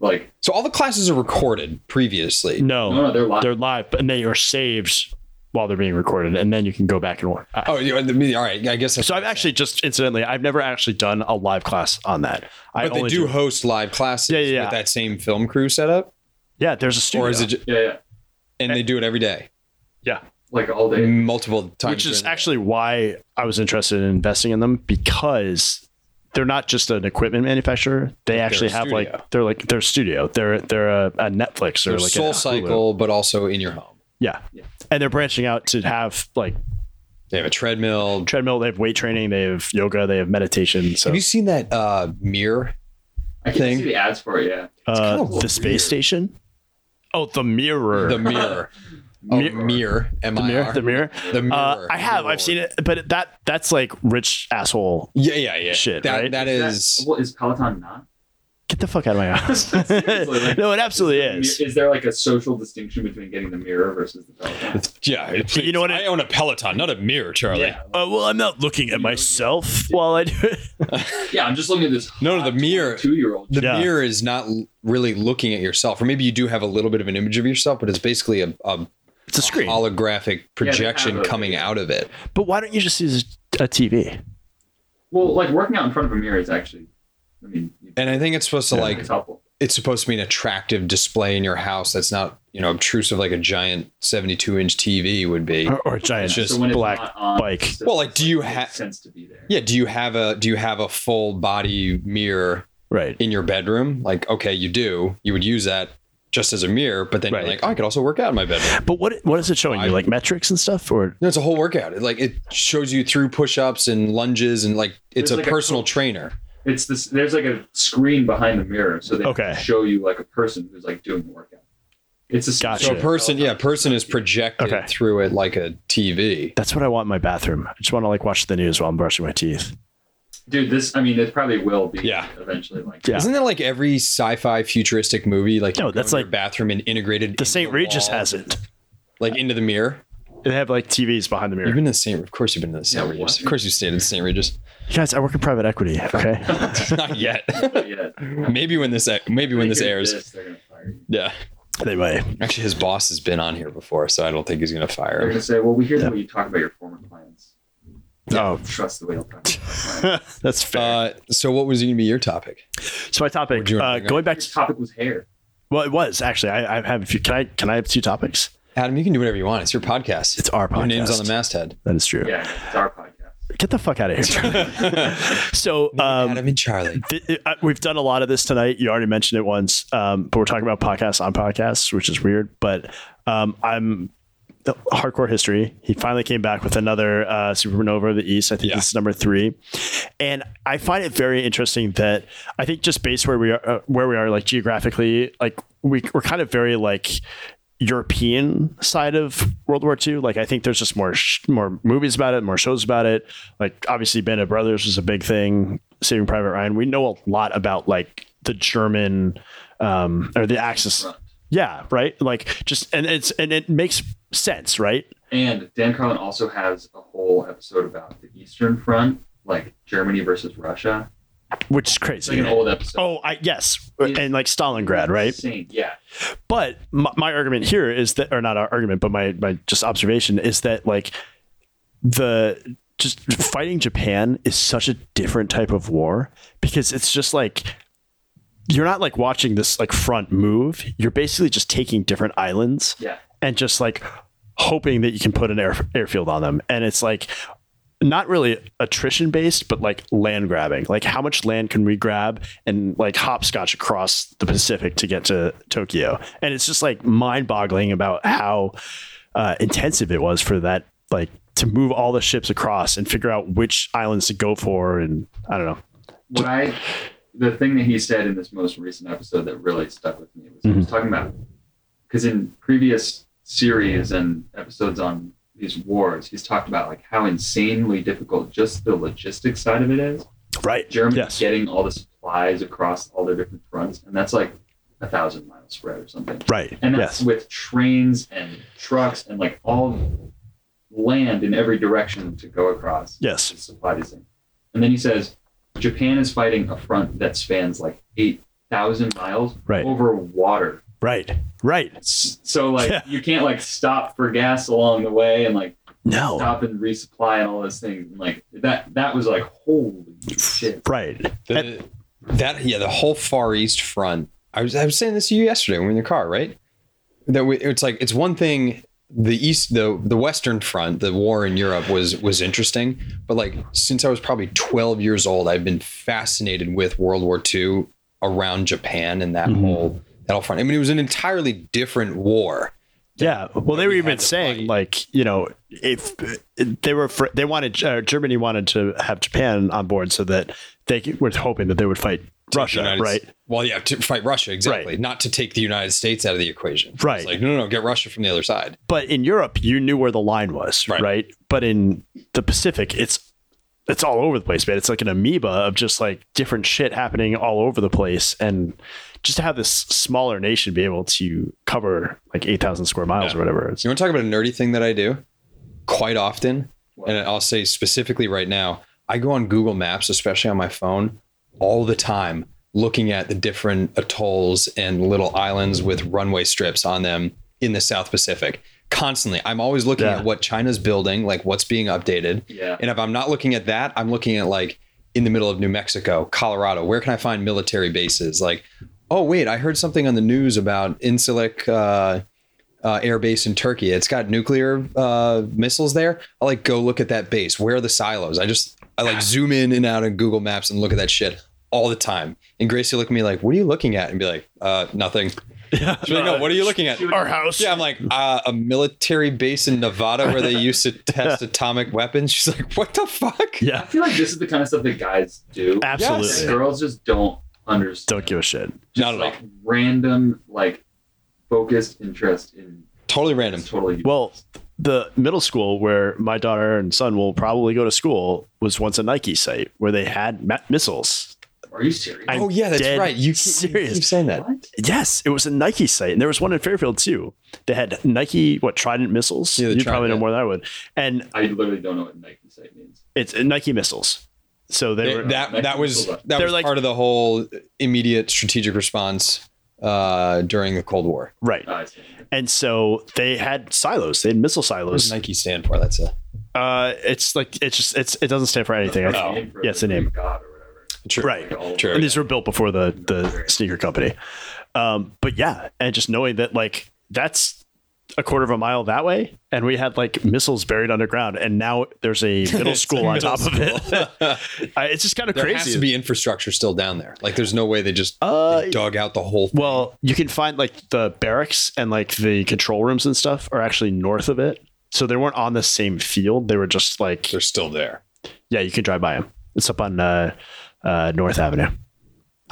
S3: Like
S2: So all the classes are recorded previously.
S3: no,
S1: No,
S3: no, they're live.
S1: Oh. they're live, but- and they are saved while they're being recorded, and then you can go back and watch. I-
S2: Oh, you, I mean, all right. I guess that's
S1: so I've actually just incidentally, I've never actually done a live class on that. I
S2: But they
S1: only
S2: do host live classes
S1: Yeah, yeah, yeah.
S2: with that same film crew setup,
S1: Yeah, there's a studio.
S2: or is it? ju-
S3: yeah, yeah,
S2: And
S1: Eh.
S2: they do it every day,
S1: yeah,
S3: like all day.
S2: multiple times.
S1: which is
S2: during the day.
S1: actually why I was interested in investing in them because they're not just an equipment manufacturer. They actually
S2: a
S1: have
S2: studio.
S1: like they're like their studio. They're they're a, a Netflix or
S2: They're
S1: like
S2: Soul
S1: a Hulu.
S2: Cycle, but also in your home.
S1: Yeah.
S3: Yeah.
S1: and they're branching out to have like
S2: They have a treadmill.
S1: treadmill. They have weight training. They have yoga. They have meditation. So
S2: Have you seen that uh, mirror?
S3: I can
S2: thing.
S3: see the ads for it. Yeah,
S1: uh,
S2: kinda
S1: the space
S2: weird.
S1: station. Oh, the mirror.
S2: The mirror.
S1: Mir-
S2: Oh, Mir- mirror. M
S1: the
S2: I
S1: mirror.
S2: R.
S1: The mirror.
S2: The mirror.
S1: Uh, I have. I've seen it, but that that's like rich asshole.
S2: Yeah, yeah, yeah.
S1: Shit,
S2: That,
S1: right?
S2: that
S3: That,
S2: is.
S3: well, is Peloton not?
S1: Get the fuck out of my house.
S3: Seriously, like-
S1: no, it absolutely is.
S3: Is there like a social distinction between getting the mirror versus the Peloton?
S2: Yeah, please.
S1: You know what it-
S2: I own a Peloton, not a mirror, Charlie.
S3: Yeah,
S1: Uh, well, I'm not looking at myself while I do it.
S3: yeah. I'm just looking at this.
S2: No, no, the mirror-
S3: Two year old.
S2: The
S1: Yeah.
S2: mirror is not l- really looking at yourself, or maybe you do have a little bit of an image of yourself, but it's basically a, a
S1: It's a screen.
S2: holographic projection
S3: have a-
S2: coming out of it.
S1: But why don't you just use a TV?
S3: Well, like working out in front of a mirror is actually, I mean, you-
S2: And I think it's supposed to like
S3: it's helpful.
S2: it's supposed to be an attractive display in your house that's not you know obtrusive like a giant 72 inch TV would be.
S1: Or, or a giant
S2: It's just
S3: when
S1: black
S3: not on,
S1: bike.
S3: it's just-
S2: Well, like, do you
S3: it makes
S2: ha-
S3: sense to be there?
S2: Yeah, do you have a do you have a full body mirror
S1: Right.
S2: in your bedroom? Like okay, you do. You would use that just as a mirror, but then
S1: Right.
S2: you're like, oh, I could also work out in my bedroom.
S1: But what what is it showing you? Like metrics and stuff? Or
S2: No, it's a whole workout. It, like it shows you through push-ups and lunges, and like it's
S3: There's
S2: a
S3: like a
S2: personal
S3: coach.
S2: trainer.
S3: It's this. There's like a screen behind the mirror, so they
S1: Okay.
S3: show you like a person who's like doing the workout. It's a
S1: Gotcha.
S2: So a
S1: Shit.
S2: person, yeah, a person is projected
S1: Okay.
S2: through it like a TV.
S1: that's what I want in my bathroom. I just want to like watch the news while I'm brushing my teeth.
S3: Dude, this. I mean, it probably will be.
S2: Yeah.
S3: Eventually, like.
S1: Yeah.
S2: Isn't that like every sci-fi futuristic movie? Like
S1: No,
S2: you go
S1: that's
S2: in your
S1: like-
S2: bathroom and integrated.
S1: The
S2: into
S1: St. Regis
S2: wall,
S1: has it.
S2: like into the mirror.
S1: They have like TVs behind the
S2: You've
S1: mirror.
S2: been to the St. Of course, you've been to the St.
S3: Yeah,
S2: Regis.
S3: what?
S2: Of course, you stayed at the St. Regis.
S1: Guys, I work in private equity. Okay.
S2: Not yet.
S3: Yeah.
S2: maybe when this maybe when this
S3: They hear
S2: airs.
S3: this, they're gonna fire you.
S2: Yeah.
S1: anyway,
S2: Actually, his boss has been on here before, so I don't think he's gonna
S3: They're
S2: fire
S3: gonna
S2: him.
S3: say, "Well, we hear the way you talk about your former clients.
S1: oh,
S3: Trust the way you'll talk." About your clients."
S1: that's fair.
S2: Uh, so, what was gonna be your topic?
S1: so my topic,
S2: would you
S1: uh,
S2: bring up?
S1: going back
S3: Your
S1: to
S3: topic was hair.
S1: well, it was actually I, I have a few. Can I can I have two topics?
S2: Adam, you can do whatever you want. It's your podcast.
S1: It's our podcast.
S2: Your name's on the masthead.
S1: That is true.
S3: Yeah, it's our podcast.
S1: Get the fuck out of here. so um,
S2: Adam and Charlie.
S1: Th- uh, we've done a lot of this tonight. You already mentioned it once, um, but we're talking about podcasts on podcasts, which is weird. But um, I'm the hardcore history. He finally came back with another uh, supernova of the East. I think
S2: Yeah.
S1: this is number three, and I find it very interesting that I think just based where we are, uh, where we are, like geographically, like we, we're kind of very like European side of World War II. Like I think there's just more sh- more movies about it, more shows about it. Like obviously Band of Brothers was a big thing. Saving Private Ryan. We know a lot about like the German um, or the Axis.
S3: Front.
S1: Yeah, right. Like just and it's and it makes sense, right?
S3: And Dan Carlin also has a whole episode about the Eastern Front, like Germany versus Russia.
S1: Which is
S3: It's like
S1: crazy.
S3: an old episode.
S1: Oh, I yes,
S3: Yeah.
S1: and like Stalingrad, right?
S3: Insane. Yeah.
S1: But my, my argument here is that, or not our argument, but my my just observation is that like the just fighting Japan is such a different type of war because it's just like you're not like watching this like front move. You're basically just taking different islands
S3: Yeah.
S1: and just like hoping that you can put an air, airfield on them. And it's like not really attrition based, but like land grabbing. Like how much land can we grab and like hopscotch across the Pacific to get to Tokyo? And it's just like mind boggling about how uh, intensive it was for that like to move all the ships across and figure out which islands to go for and I don't know.
S3: What I, the thing that he said in this most recent episode that really stuck with me was he was
S1: Mhm.
S3: talking about, because in previous series and episodes on these wars, he's talked about like how insanely difficult just the logistics side of it is.
S1: Right.
S3: Germany
S1: Yes.
S3: getting all the supplies across all their different fronts, and that's like a thousand mile spread or something.
S1: Right.
S3: And that's
S1: yes.
S3: with trains and trucks and like all land in every direction to go across.
S1: Yes.
S3: to supply these things. And then he says, Japan is fighting a front that spans like 8,000 miles
S1: Right.
S3: over water.
S1: Right. Right.
S3: S- So like
S1: Yeah.
S3: you can't like stop for gas along the way and like
S1: No.
S3: stop and resupply and all those things. And, like that that was like holy shit.
S1: Right.
S2: The, that yeah, the whole Far East front. I was I was saying this to you yesterday when we were in the car, right? That we, it's like it's one thing the east the the western front the war in europe was was interesting but like since i was probably 12 years old i've been fascinated with world war ii around japan and that
S1: Mhm.
S2: whole that whole front i mean it was an entirely different war
S1: Yeah. Well, they were
S2: we had
S1: even
S2: to
S1: saying
S2: fight.
S1: like, you know, if they were, fr- they wanted uh, Germany wanted to have Japan on board so that they could, were hoping that they would fight
S2: to
S1: Russia,
S2: the United-
S1: right?
S2: Well, yeah, to fight Russia exactly,
S1: Right.
S2: not to take the United States out of the equation. It's
S1: Right.
S2: like no, no, no, get Russia from the other side.
S1: But in Europe, you knew where the line was, right?
S2: Right.
S1: But in the Pacific, it's it's all over the place, man. It's like an amoeba of just like different shit happening all over the place, and just to have this smaller nation be able to cover like eight thousand square miles or whatever. It's,
S2: You want to talk about a nerdy thing that I do quite often,
S3: What?
S2: and I'll say specifically right now, I go on Google Maps, especially on my phone, all the time, looking at the different atolls and little islands with runway strips on them in the South Pacific. Constantly, I'm always looking
S1: Yeah.
S2: at what China's building, like what's being updated.
S3: Yeah.
S2: And if I'm not looking at that, I'm looking at like in the middle of New Mexico, Colorado. Where can I find military bases? Like, oh wait, I heard something on the news about Incirlik uh, uh, Air Base in Turkey. It's got nuclear uh, missiles there. I like go look at that base. Where are the silos? I just I like zoom in and out on Google Maps and look at that shit all the time. And Gracie look at me like, "What are you looking at?" And be like, "Uh, nothing." She's like, "No, what are you looking at?"
S1: Our house.
S2: Yeah, I'm like uh, a military base in Nevada where they used to test atomic weapons. She's like, "What the fuck?"
S3: I
S1: Yeah.
S3: feel like this is the kind of stuff that guys do.
S1: Absolutely.
S2: Yes.
S3: That girls just don't understand.
S1: Don't give a shit.
S3: Just,
S2: Not at
S3: like random like focused interest in
S2: Totally random.
S3: it's totally
S1: Well, the middle school where my daughter and son will probably go to school was once a Nike site where they had ma- missiles.
S3: Are you serious?
S1: I- I'm
S2: oh yeah, that's
S1: dead
S2: right. You keep,
S1: serious.
S2: you keep saying that.
S3: what?
S1: Yes, it was a Nike site, and there was one in Fairfield too. They had Nike what Trident missiles.
S2: Yeah, the
S1: you probably know
S2: Trident.
S1: more than I would. And
S3: I literally don't know what Nike site means.
S1: it's uh, Nike missiles. So they,
S2: They-
S1: were
S2: that
S3: Nike
S2: that was
S3: missiles.
S2: that
S1: They're
S2: was
S1: like-
S2: part of the whole immediate strategic response uh, during the Cold War.
S1: right,
S3: Oh, I see.
S1: and so they had silos. They had missile
S2: What does
S1: silos.
S2: Nike stand for? That's a
S1: Uh, it's like it's just it's it doesn't stand for anything. I
S3: That's
S1: think.
S3: the name for
S1: Yeah, it's the
S3: Greek
S1: name.
S3: God or whatever.
S2: true.
S1: Right.
S3: Like, all-
S2: True.
S1: And these were built before the the sneaker company. Um, but yeah, and just knowing that like that's a quarter of a mile that way, and we had like missiles buried underground, and now there's a middle
S2: It's
S1: school
S2: a
S1: on
S2: middle
S1: top of it.
S2: school.
S1: I, it's just kind of
S2: there
S1: crazy.
S2: has to be infrastructure still down there. Like, there's no way they just
S1: Uh,
S2: dug out the whole. thing.
S1: well, you can find like the barracks and like the control rooms and stuff are actually north of it, so they weren't on the same field. They were just like
S2: They're still there.
S1: yeah, you can drive by them. It's up on uh, uh, North Avenue.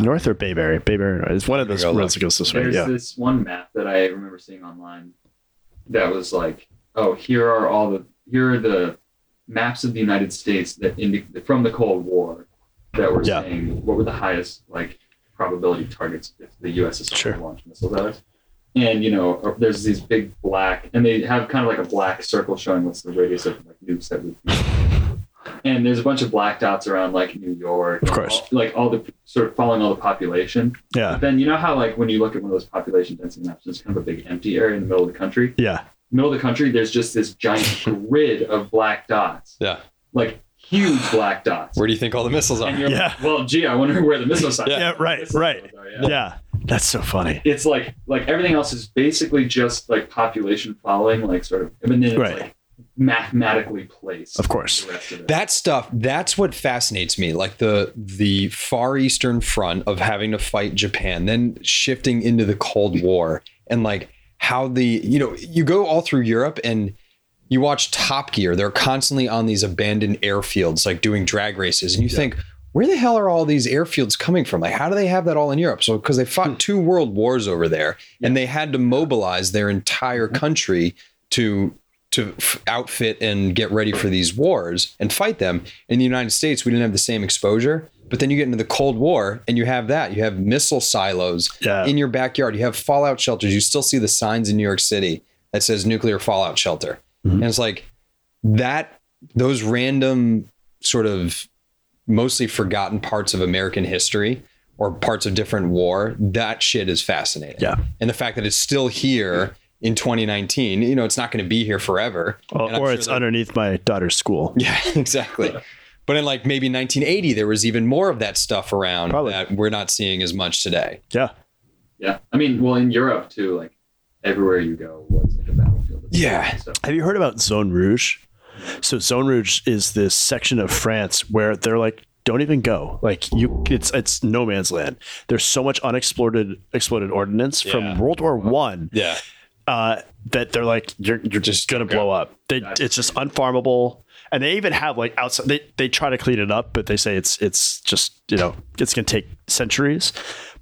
S1: North or Bayberry? Bayberry. It's one of those
S2: Go
S1: roads that goes this way.
S3: There's
S1: Yeah.
S3: this one map that I remember seeing online that was like, oh, here are all the here are the maps of the United States that indic- from the Cold War that were
S1: Yeah.
S3: saying what were the highest like probability targets if the USSR
S1: Sure.
S3: launched missiles at us. And you know, or- there's these big black, and they have kind of like a black circle showing what's the radius of like nukes that would. Be. And there's a bunch of black dots around like New York,
S1: Of course.
S3: all- like all the sort of following all the population.
S1: Yeah.
S3: But then you know how like when you look at one of those population density maps, it's kind of a big empty area in the middle of the country.
S1: Yeah.
S3: Middle of the country, there's just this giant grid of black dots,
S2: Yeah.
S3: like huge black dots.
S2: Where do you think all the missiles are?
S3: And you're
S1: Yeah.
S3: like, well, gee, I wonder where the missile sites.
S2: Yeah.
S1: Yeah, right,
S3: missile
S1: right.
S3: sites are,
S1: Yeah. That's so funny.
S3: It's like like everything else is basically just like population following, like sort of, and then it's
S1: Right.
S3: like mathematically placed.
S1: Of course.
S3: The rest of it.
S2: that stuff that's what fascinates me like the the far eastern front of having to fight japan then shifting into the cold war and like how the you know you go all through europe and you watch top gear they're constantly on these abandoned airfields like doing drag races and you think where the hell are all these airfields coming from like how do they have that all in europe so because they fought two world wars over there and they had to mobilize their entire country to to f- outfit and get ready for these wars and fight them. In the United States, we didn't have the same exposure. But then you get into the Cold War and you have that. You have missile silos
S1: Yeah.
S2: in your backyard. You have fallout shelters. You still see the signs in New York City that says nuclear fallout shelter.
S1: Mhm.
S2: And it's like that, those random sort of mostly forgotten parts of American history or parts of different war, that shit is fascinating.
S1: Yeah.
S2: And the fact that it's still here in 2019, you know, it's not going to be here forever.
S1: Or,
S2: And I'm
S1: or
S2: sure
S1: it's
S2: that-
S1: underneath my daughter's school.
S2: yeah, exactly. But in like maybe 1980, there was even more of that stuff around
S1: Probably.
S2: that we're not seeing as much today.
S1: Yeah.
S3: Yeah, I mean, well, in Europe too, like everywhere you go, what's like a battlefield. of
S2: Yeah.
S3: So,
S1: Have you heard about Zone Rouge? So Zone Rouge is this section of France where they're like, don't even go. Like you, it's it's no man's land. There's so much unexploded exploded ordnance
S2: Yeah.
S1: from World War One
S2: Yeah.
S1: uh, that they're like, you're you're just gonna blow up. They,
S3: That's
S1: it's just unfarmable. And they even have like outside. They, they try to clean it up, but they say it's it's just you know it's gonna take centuries.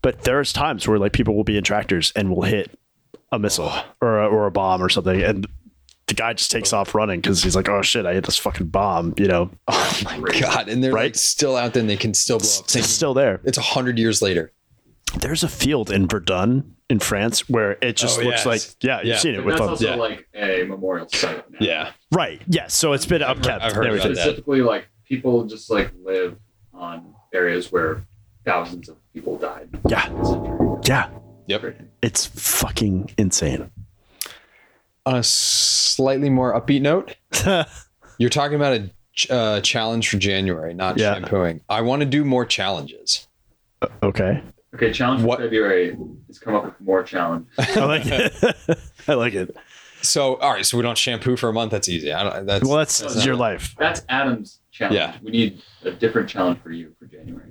S1: But there's times where like people will be in tractors and will hit a missile or a, or a bomb or something, and the guy just takes off running because he's like, oh shit, I hit this fucking bomb. You know,
S2: God. And they're like
S1: Right?
S2: still out there and they can still blow up.
S1: it's still there.
S2: It's a hundred years later.
S1: There's a field in Verdun in France where it just
S2: Oh,
S1: looks
S2: yes.
S1: like yeah,
S2: Yeah.
S1: you've seen it
S3: but
S1: with
S3: that's
S1: photos.
S3: also
S2: yeah.
S3: like a memorial site. Now.
S2: Yeah.
S1: right. Yeah, so it's been
S2: I've heard-
S1: upkept.
S2: I've heard
S1: and
S2: about
S1: everything.
S2: that.
S3: Specifically, like people just like live on areas where thousands of people died.
S1: Yeah.
S3: in the century.
S1: Yeah,
S2: Yep.
S1: it's fucking insane.
S2: On a slightly more upbeat note,
S1: yeah,
S2: you're talking about a ch- uh, challenge for January, not
S1: Yeah.
S2: shampooing. I want to do more challenges.
S1: okay.
S3: Okay, challenge
S2: What-
S3: for February is come up with more challenge.
S1: I like it. I like it.
S2: So, all right. So we don't shampoo for a month. That's easy. I don't, that's,
S1: Well, that's,
S3: that's
S1: your
S3: not-
S1: life.
S3: That's Adam's challenge.
S2: Yeah.
S3: We need a different challenge for you for January.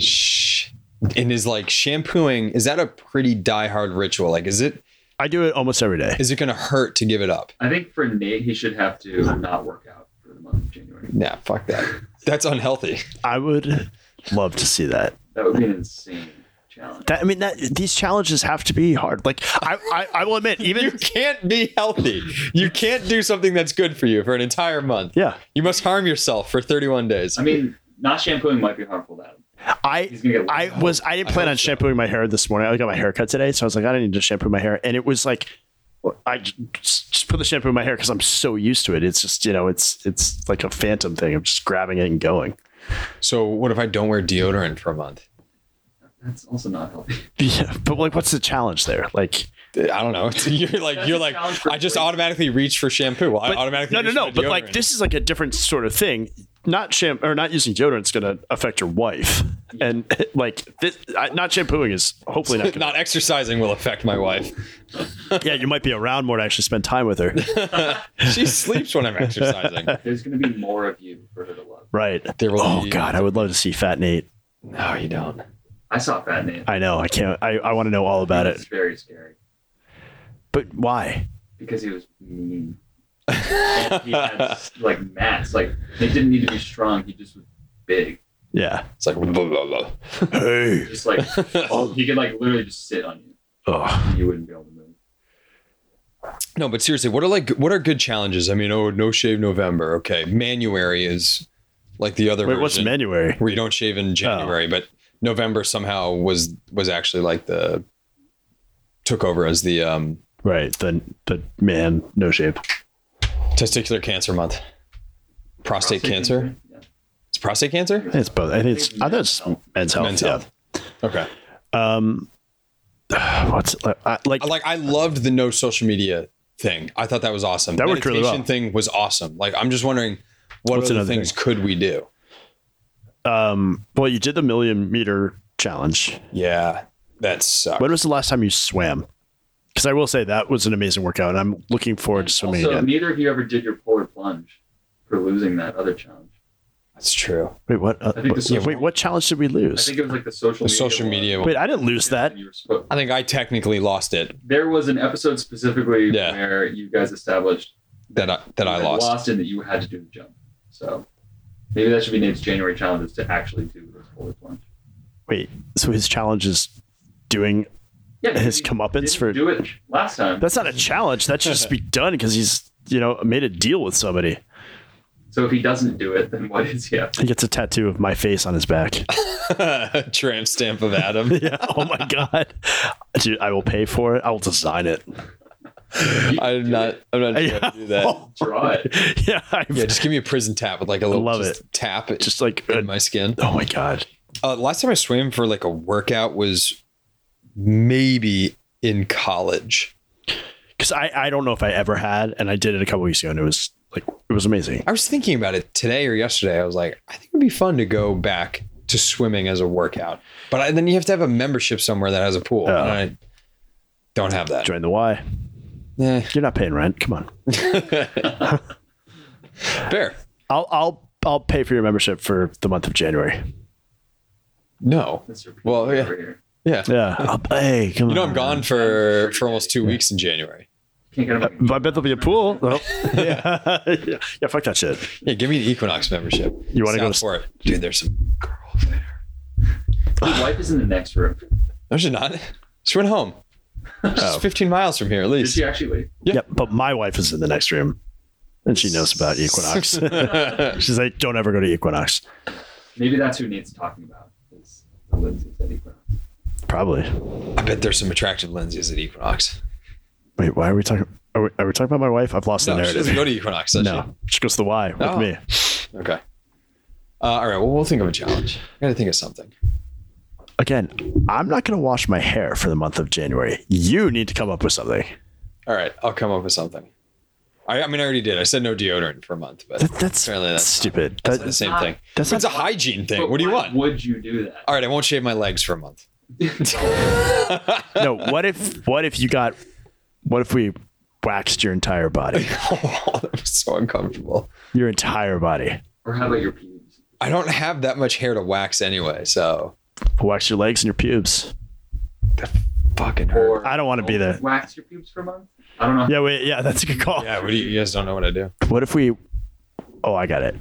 S2: Shh. And is like shampooing, is that a pretty diehard ritual? Like, is it,
S1: I do it almost every day.
S2: is it going to hurt to give it up?
S3: I think for Nate, he should have to not work out for the month of January.
S2: Nah, fuck that. That's unhealthy.
S1: I would love to see that.
S3: That would be an insane challenge.
S1: That I mean, that these challenges have to be hard. Like I, I, I will admit,
S2: You
S1: even
S2: can't be healthy. You can't do something that's good for you for an entire month.
S1: yeah,
S2: You must harm yourself for 31 days.
S3: I mean, not shampooing might be harmful to Adam.
S1: I,
S3: He's gonna get.
S1: I was, I didn't
S2: I
S1: plan
S2: hope
S1: on
S2: so.
S1: shampooing my hair this morning. I got my hair cut today, so I was like, I don't need to shampoo my hair, and it was like. I j- just, just put the shampoo in my hair because I'm so used to it. It's just you know, it's it's like a phantom thing. I'm just grabbing it and going.
S2: So, what if I don't wear deodorant for a month?
S3: That's also not healthy.
S1: Yeah, but like, what's the challenge there? Like,
S2: I don't know. You're like,
S3: That's
S2: you're
S3: a
S2: like,
S3: challenge for
S2: I just
S3: weight.
S2: automatically reach for shampoo. I
S1: but-
S2: automatically
S1: no, no,
S2: reach
S1: no.
S2: for
S1: But like,
S2: deodorant.
S1: this is like a different sort of thing. Not sham or not using deodorant is going to affect your wife, and like, this, I, not shampooing is hopefully not. Gonna,
S2: not exercising will affect my wife.
S1: yeah, you might be around more to actually spend time with her,
S2: She sleeps when I'm exercising.
S3: There's gonna be more of you for her to love.
S1: right?
S2: There will
S1: Oh
S2: be-
S1: God, I would love to see Fat Nate.
S2: No, you don't.
S3: I saw Fat Nate.
S1: I know, I can't. I, I want to know all about
S3: It's
S1: it.
S3: very scary
S1: But why?
S3: because he was mean. and he had like mass. Like Nate didn't need to be strong. He just was big.
S1: Yeah.
S2: It's like, blah, blah, blah.
S1: Hey.
S3: Just like
S2: Oh.
S3: he could like literally just sit on you.
S1: Oh.
S3: You wouldn't be able to move.
S2: No, but seriously, what are like what are good challenges? I mean, oh, no shave November. Okay, Manuary is like the other
S1: Wait, what's Oh.
S2: version,
S1: Manuary?
S2: where you don't shave in January, but November somehow was was actually like the took over as the um
S1: Right. The the man no shape.
S2: testicular cancer month. Prostate, cancer?
S3: Yeah.
S2: It's prostate cancer?
S1: I think it's both. I think it's. I thought it's men's health.
S2: Men's
S1: yeah.
S2: health. Okay.
S1: Um. What's uh, I, like?
S2: I- Like I loved the no social media thing. I thought that was awesome.
S1: That worked really well.
S2: Meditation thing was awesome. Like I'm just wondering what
S1: What's
S2: other
S1: another
S2: things could we do?
S1: Um, well, you did the million meter challenge.
S2: Yeah. That sucks.
S1: When was the last time you swam? Because I will say that was an amazing workout, and I'm looking forward to swimming
S3: also,
S1: again.
S3: neither of you ever did your polar plunge for losing that other challenge.
S2: That's true.
S1: Wait, what? Uh,
S3: I think this
S1: yeah,
S3: was-
S1: wait, what challenge did we
S3: I
S1: lose?
S3: think it was like the social
S2: The
S3: media
S2: social
S3: one.
S2: media
S1: Wait, I didn't lose that.
S3: You were supposed-
S2: I think I technically lost it
S3: There was an episode specifically
S2: Yeah.
S3: where you guys established
S2: that I, that
S3: you
S2: I
S3: had
S2: lost.
S3: and that you had to do the jump. So maybe that should be Nate's January challenges to actually do this polar plunge.
S1: Wait, so his challenge is doing
S3: Yeah,
S1: his
S3: you
S1: comeuppance
S3: didn't
S1: for.
S3: do it last time.
S1: That's not a challenge. That should just be done because he's you know made a deal with somebody.
S3: So if he doesn't do it, then what is he up to?
S1: He gets a tattoo of my face on his back.
S2: Tramp stamp of Adam.
S1: yeah. Oh my god, dude! I will pay for it. I will design it.
S2: I'm not. I'm not sure how to do that.
S3: Draw it.
S1: Yeah. I,
S2: Yeah, just give me a prison tap with like a little
S1: love
S2: just tap. It
S1: just like.
S2: in my skin.
S1: oh my god.
S2: Uh, last time I swam for like a workout was maybe in college.
S1: Because I I don't know if I ever had, and I did it a couple weeks ago, and it was like it was amazing.
S2: I was thinking about it today or yesterday. I was like, I think it'd be fun to go back to swimming as a workout, but I, then you have to have a membership somewhere that has a pool,
S1: Yeah.
S2: and I don't have that.
S1: Join the Y.
S2: Eh,
S1: You're not paying rent. Come on.
S2: fair.
S1: I'll I'll I'll pay for your membership for the month of January.
S2: No.
S3: That's your
S2: Well, yeah.
S3: over here.
S2: Yeah.
S1: Yeah. I'll, hey, come on.
S2: You know I'm gone for for almost two weeks in January.
S3: Can't get him.
S1: Uh, But I bet there'll be a pool. Well, yeah. yeah. Fuck that shit.
S2: Yeah, give me an Equinox membership.
S1: You wanna go
S2: South
S1: to-
S2: for it, dude? There's some girls there.
S3: His wife is in the next room.
S2: No, she's not. She went home. She's
S1: Oh.
S2: 15 miles from here, at
S3: Did
S2: least.
S3: she actually leave?
S2: Yeah.
S1: Yep. But my wife is in the next room, and she knows about Equinox. She's like, "Don't ever go to Equinox."
S3: Maybe that's who needs talking about. Is the Lindsay's at Equinox.
S1: Probably.
S2: I bet there's some attractive lenses at Equinox.
S1: Wait, why are we talking? Are we, are we talking about my wife? I've lost
S2: No,
S1: the
S2: she doesn't
S1: narrative.
S2: go to Equinox, does
S1: no, she goes to the Y with
S2: Oh.
S1: me.
S2: she? Okay. Uh, all right. Well, we'll think of a challenge. I gotta think of something.
S1: Again, I'm not going to wash my hair for the month of January. You need to come up with something.
S2: All right, I'll come up with something. I, I mean, I already did. I said no deodorant for a month, but
S1: That, that's
S2: Apparently that's
S1: stupid.
S2: that's
S1: That-
S2: not the same thing.
S1: that's
S2: it's
S1: not-
S2: a hygiene thing.
S3: But
S2: What do you
S3: why
S2: want?
S3: Would you do that?
S2: All right, I won't shave my legs for a month. Oh,
S1: no, what if what if you got what if we waxed your entire body?
S2: Oh, that was so uncomfortable.
S1: Your entire body.
S3: Or how about your pubes?
S2: I don't have that much hair to wax anyway, so
S1: Wax your legs and your pubes.
S2: fucking hurt.
S3: Or
S1: I don't want to be there.
S3: wax your pubes for a month? I don't know.
S1: Yeah, wait, yeah, that's a good call.
S2: Yeah, what do you, you guys don't know what I do?
S1: What if we Oh, I got it.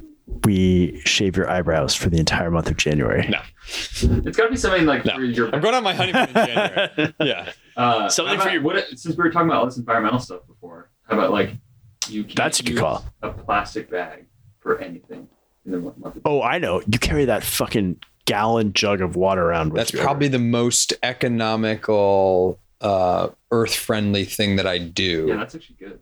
S1: We shave your eyebrows for the entire month of January.
S2: No,
S3: It's got to be something like
S2: no.
S3: for your.
S2: I'm going on my honeymoon in January. Yeah.
S3: Uh,
S1: Something
S3: how
S1: for
S3: about-
S1: your-
S3: What, since we were talking about all this environmental stuff before, how about like you? Can't
S1: That's a good
S3: use
S1: call.
S3: A plastic bag for anything in the month. Of-
S1: Oh, I know. You carry that fucking gallon jug of water around with
S2: That's
S1: you.
S2: probably the most economical, uh, earth friendly thing that I
S3: yeah,
S2: do.
S3: that's actually good.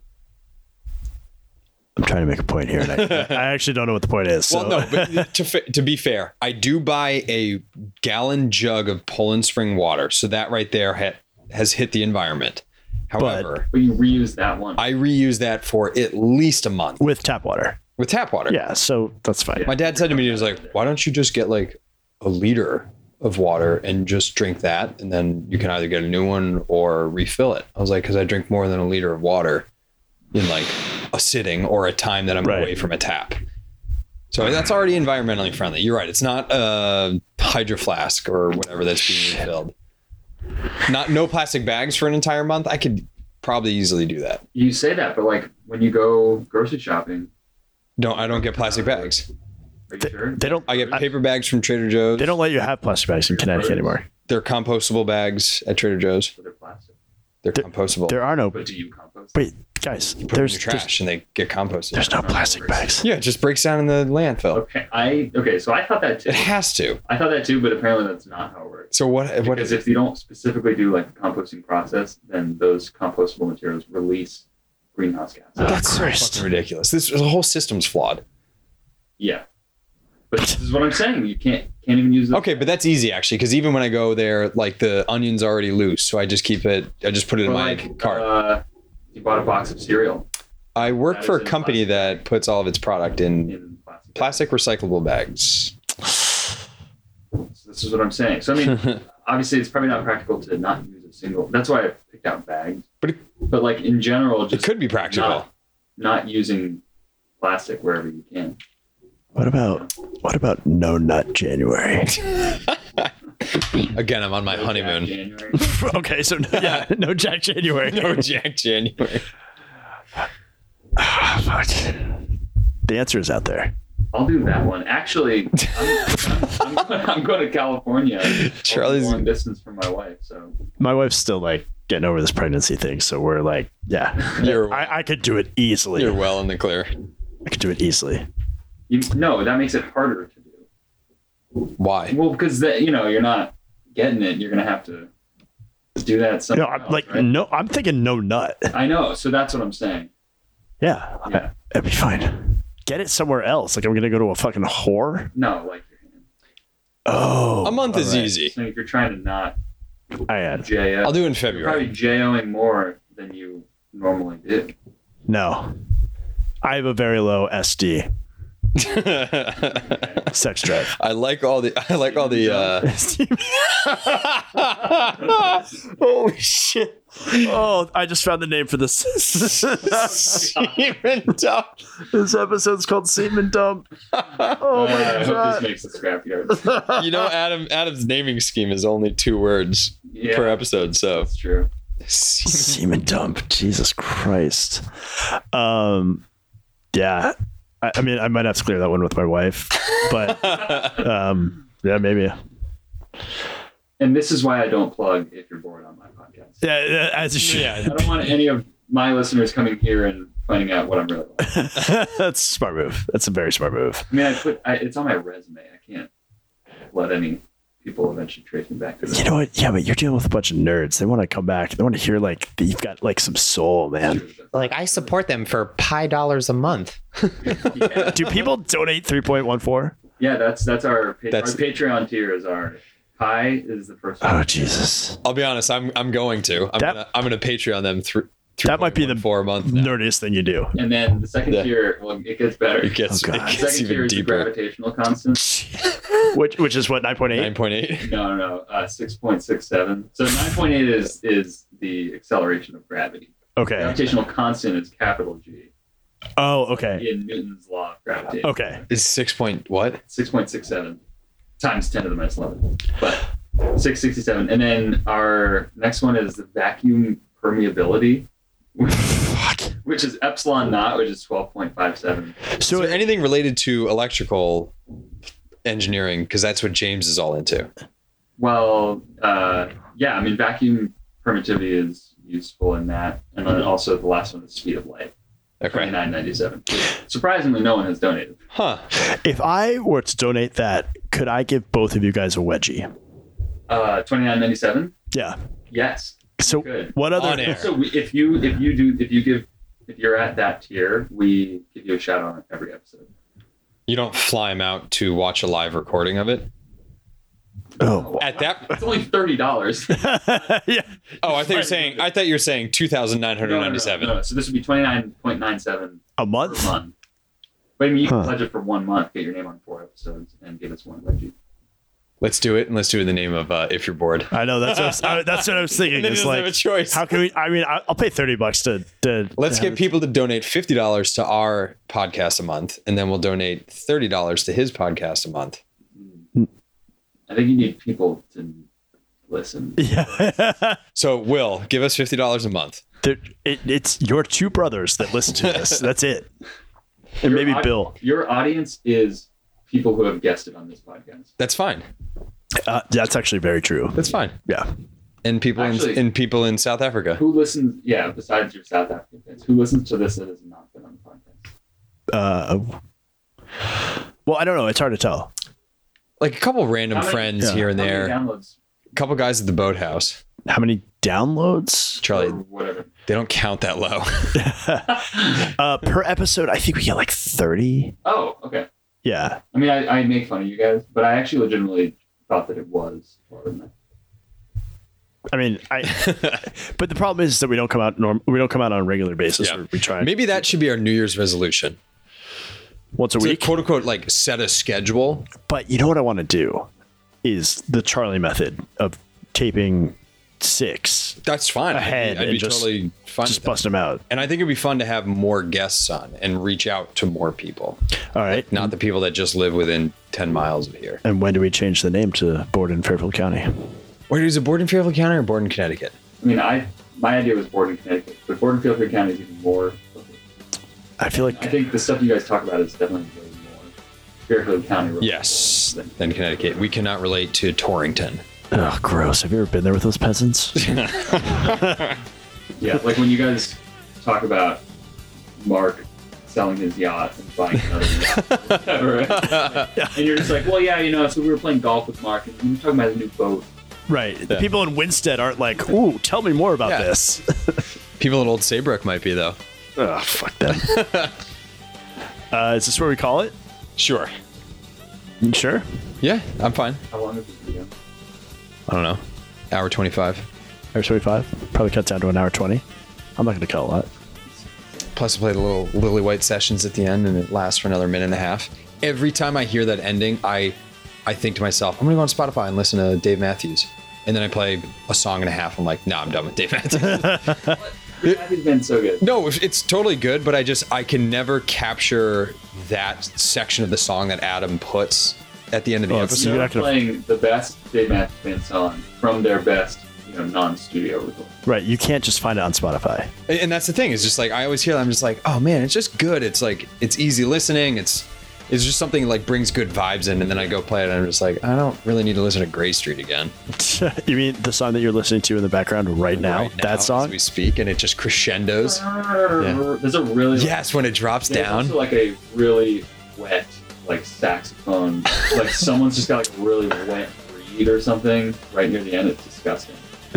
S1: I'm trying to make a point here, and I, I actually don't know what the point is. So.
S2: Well, no, but to, fa- to be fair, I do buy a gallon jug of Poland Spring water. So that right there ha- has hit the environment. However,
S3: But you reuse that one.
S2: I reuse that for at least a month
S1: with tap water.
S2: with tap water.
S1: Yeah, so that's fine.
S2: My dad said to me, he was like, why don't you just get like a liter of water and just drink that? And then you can either get a new one or refill it. I was like, because I drink more than a liter of water in like a sitting or a time that I'm
S1: Right.
S2: away from a tap. So that's already environmentally friendly. You're right. It's not a hydro flask or whatever that's being refilled. Not no plastic bags for an entire month. I could probably easily do that.
S3: you say that, but like when you go grocery shopping,
S2: Don't I don't get plastic bags.
S3: are you sure?
S1: They don't.
S2: I get paper bags from Trader Joe's.
S1: They don't let you have plastic bags in Connecticut anymore.
S2: They're compostable bags at Trader Joe's.
S3: But they're plastic.
S2: They're
S1: There-
S2: compostable.
S1: There are no.
S3: But do you compost?
S1: Wait, guys.
S2: Put them in
S1: There's
S2: your
S1: there's,
S2: trash and they get composted.
S1: there's no plastic bags.
S2: yeah, it just breaks down in the landfill.
S3: Okay, I okay. So I thought that too.
S2: It has to.
S3: I thought that too, but apparently that's not how it works.
S2: So what? What
S3: because
S2: is it?
S3: if you don't specifically do like the composting process, then those compostable materials release greenhouse gases.
S1: That's
S2: Fucking
S1: Christ.
S2: ridiculous. This the whole system's flawed.
S3: Yeah, but this is what I'm saying. You can't can't even use. Them.
S2: Okay, but that's easy actually, because even when I go there, like the onion's already loose, so I just keep it. I just put it in
S3: Or,
S2: my
S3: like,
S2: cart.
S3: Uh, you bought a box of cereal
S2: I work
S3: that
S2: for
S3: is
S2: a
S3: in
S2: company
S3: plastic.
S2: that puts all of its product in
S3: in plastic.
S2: plastic recyclable bags.
S3: So this is what I'm saying. So I mean, obviously, it's probably not practical to not use a single. That's why I picked out bags.
S2: But it-
S3: but like in general,
S2: It
S3: just
S2: could be practical.
S3: not, not using plastic wherever you can.
S1: What about what about no nut January?
S2: Again, I'm on my honeymoon.
S3: January.
S1: okay, so no, yeah, no Jack January.
S2: No Jack January. Ah,
S1: Fuck. The answer is out there.
S3: I'll do that one. Actually, I'm, I'm, I'm, going, I'm going to California.
S2: Charlie's-
S3: long distance from my wife, so
S1: My wife's still like getting over this pregnancy thing, so we're like, yeah,
S2: You're
S1: I, I could do it easily.
S2: you're well in the clear.
S1: I could do it easily.
S3: You, no, that makes it harder to do.
S2: Why?
S3: Well, because that you know you're not getting it. You're gonna have to
S1: You
S3: do that.
S1: know,
S3: somehow.
S1: I'm like
S3: right?
S1: no, I'm thinking no nut.
S3: I know. So that's what I'm saying.
S1: Yeah,
S3: Yeah.
S1: it'd be fine. Get it somewhere else. Like I'm gonna go to a fucking whore.
S3: No, like your hand.
S1: Oh,
S2: A month is
S1: all right.
S2: easy.
S3: So if you're trying to not
S1: I had
S3: jo,
S2: I'll do it in
S3: you're probably
S2: February.
S3: joing more than you normally do.
S1: no. I have a very low SD sex drive.
S2: I like all the I like all the uh Holy shit.
S1: oh, I just found the name for this.
S2: Semen dump.
S1: this episode's called Semen Dump. Oh
S3: Uh, I
S1: my
S3: hope
S1: god.
S3: this makes the scrapyard.
S2: You know Adam Adam's naming scheme is only two words
S3: Yeah,
S2: per episode, so
S3: that's true.
S1: semen dump jesus christ um yeah I, I mean i might have to clear that one with my wife but um yeah maybe yeah
S3: And this is why I don't plug if you're bored on my podcast.
S1: yeah, as you should.
S3: I don't want any of my listeners coming here and finding out what I'm really like.
S1: that's a smart move that's a very smart move
S3: I mean, I put I, it's on my resume. I can't let any people eventually trace me back to
S1: you
S3: this.
S1: know what yeah but you're dealing with a bunch of nerds they want to come back they want to hear like that you've got like some soul man
S4: Like I support them for pi dollars a month.
S3: yeah.
S1: do people donate 3.14
S3: Yeah, that's that's our, pa-
S2: That's-
S3: our Patreon tier is our pie is the first
S1: oh
S3: one.
S1: jesus
S2: I'll be honest, I'm I'm going to. I'm
S1: That-
S2: gonna I'm gonna Patreon them through
S1: That might be the
S2: four a month. now.
S1: nerdiest thing you do
S3: And then the second
S2: Yeah.
S3: tier, well, it gets better.
S2: It gets
S1: Oh, God.
S2: it
S3: the
S2: gets
S3: second tier
S2: even
S3: is the
S2: deeper.
S3: gravitational constant.
S1: which which is what 9.8
S2: Nine point eight.
S3: No, no, no, uh, six point six seven. So nine point eight is is the acceleration of gravity.
S1: okay
S3: Gravitational constant is capital G
S1: oh okay
S3: in Newton's law of gravity.
S1: okay
S2: Is six point what?
S3: six point six seven times ten to the minus eleven, but six sixty seven. And then our next one is the vacuum permeability, which, which is epsilon naught, which is twelve point five seven.
S2: So
S1: so
S2: is there anything related to electrical engineering? Because that's what James is all into.
S3: Well, uh, yeah, I mean vacuum permittivity is useful in that, and then also the last one is speed of light, twenty
S2: Okay.
S3: nine ninety seven. Surprisingly, no one has donated.
S2: Huh.
S1: If I were to donate that, could I give both of you guys a wedgie?
S3: Uh, twenty nine ninety seven.
S1: Yeah.
S3: Yes,
S1: So
S3: good.
S1: what
S2: On
S1: other?
S2: air.
S3: So we, if you if you do if you give if you're at that tier, we give you a shout out on every episode.
S2: You don't fly him out to watch a live recording of it.
S1: Oh,
S2: At that
S3: It's only thirty dollars.
S1: yeah.
S2: Oh, I thought you're saying I thought you were saying two thousand nine hundred ninety seven.
S3: So this would be twenty nine point nine seven
S1: A
S3: per
S1: month?
S3: month. But I mean, you can
S1: Huh.
S3: pledge it for one month, get your name on four episodes, and give us one wedgie.
S2: Let's do it and let's do it in the name of uh, if you're bored.
S1: I know that's what I was, I- that's what I was thinking.
S2: And then he
S1: It's
S2: doesn't have a
S1: like,
S2: choice.
S1: how can we? I mean, I- I'll pay thirty bucks to. to
S2: Let's
S1: to
S2: get
S1: have-
S2: people to donate fifty dollars to our podcast a month, and then we'll donate thirty dollars to his podcast a month.
S3: I think you need people to listen.
S1: Yeah.
S2: So, Will, give us fifty dollars a month.
S1: They're- it, it's your two brothers that listen to this. That's it. And
S3: Your
S1: maybe
S3: aud-
S1: Bill.
S3: Your audience is people who have guessed it on this podcast.
S2: That's fine.
S1: Uh, that's actually very true.
S2: That's fine.
S1: Yeah.
S2: And people
S3: Actually-
S2: in and people in South Africa.
S3: Who listens? Yeah, besides your South African fans, who listens to this that has not been on the podcast?
S1: Uh, well, I don't know. It's hard to tell.
S2: Like a couple random
S3: How many-
S2: friends
S1: Yeah.
S2: here and
S3: How many
S2: there.
S3: downloads
S2: A couple guys at the boathouse.
S1: How many downloads?
S3: or
S2: Charlie,
S3: whatever.
S2: they don't count that low.
S1: Uh, per episode, I think we get like thirty.
S3: Oh, okay.
S1: Yeah.
S3: I mean, I, I make fun of you guys, but I actually legitimately thought that it was lower than that.
S1: I mean, I. but the problem is that we don't come out norm. We don't come out on a regular basis.
S2: Yeah.
S1: We try
S2: Maybe that should be our New Year's resolution.
S1: once a
S2: To
S1: week.
S2: quote unquote, like set a schedule.
S1: But you know what I want to do is the Charlie method of taping six,
S2: That's fine.
S1: Ahead
S2: I'd be, I'd
S1: and
S2: be
S1: just-
S2: totally fine.
S1: just
S2: with that.
S1: bust them out.
S2: And I think it'd be fun to have more guests on and reach out to more people,
S1: All right.
S2: not the people that just live within 10 miles of here.
S1: And when do we change the name to Borden Fairfield County?
S2: Wait, is it board in Fairfield County or board in Connecticut?
S3: I mean, I my idea was Borden, Connecticut, but Borden Fairfield County is even more.
S1: I feel like
S3: I think the stuff you guys talk about is definitely way more Fairfield County. related.
S2: Yes. Then Connecticut. We cannot relate to Torrington.
S1: oh, gross. Have you ever been there with those peasants?
S3: Yeah, like when you guys talk about Mark selling his yacht and buying another yacht, or whatever. And you're just like, well, yeah, you know. So we were playing golf with Mark, and we were talking about the new boat.
S1: Right. The
S2: Yeah.
S1: people in Winstead aren't like, ooh, tell me more about
S2: Yeah.
S1: this.
S2: People in Old Saybrook might be though.
S1: oh, fuck them. uh, is this where we call it?
S2: Sure.
S1: Sure.
S2: Yeah, I'm fine.
S3: How long is this video?
S2: I don't know. Hour 25.
S1: Hour 25. Probably cuts down to an hour 20. I'm not going to cut a lot.
S2: Plus, I play the little Lily White sessions at the end, and it lasts for another minute and a half. Every time I hear that ending, I, I think to myself, I'm gonna go on Spotify and listen to Dave Matthews, and then I play a song and a half. I'm like, nah, I'm done with Dave Matthews.
S3: Matthew's been so good.
S2: no, it's- it's totally good, but I just I can never capture that section of the song that Adam puts at the end of the
S1: Oh, it's-
S2: episode.
S1: you're
S3: They're
S1: not gonna-
S3: playing the best Dave Matthews Band song from their best, you know, non-studio recording.
S1: Right. You can't just find it on Spotify.
S2: And and that's the thing is just like I always hear that I'm just like, oh man, it's just good. It's like it's easy listening. It's it's just something like brings good vibes in, and then I go play it, and I'm just like, I don't really need to listen to Gray Street again
S1: you mean the song that you're listening to in the background right now?
S2: Right
S1: that
S2: as
S1: song?
S2: we speak, and it just crescendos.
S3: There's a really
S2: Yes, when it drops
S3: There's
S2: down.
S3: also, like a really wet like saxophone. like someone's just got like a really wet reed or something right near the end. It's disgusting.
S2: No,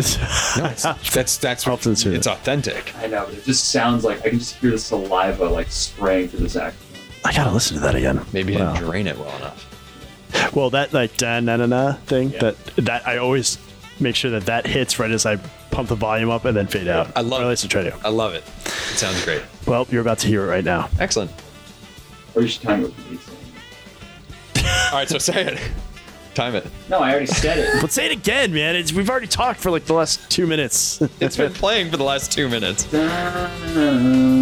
S2: it's- that's that's what,
S1: Often too.
S2: it's authentic.
S3: I know, but it just sounds like I can just hear the saliva like spraying through the saxophone.
S1: I got to listen to that again.
S2: Maybe you
S1: Wow.
S2: didn't drain it well enough.
S1: Well, that like da na na na thing that that I always make sure that that hits right as I pump the volume up and then fade out.
S2: I love
S1: Or at least I try to.
S2: I love it. It sounds great.
S1: Well, you're about to hear it right now.
S2: Excellent.
S3: Or you should time it with me saying.
S2: All right, so say it. Time it.
S3: No, I already said it.
S1: Let's say it again, man. It's, we've already talked for like the last two minutes.
S2: It's been playing for the last two minutes.
S3: Da-na-na-na.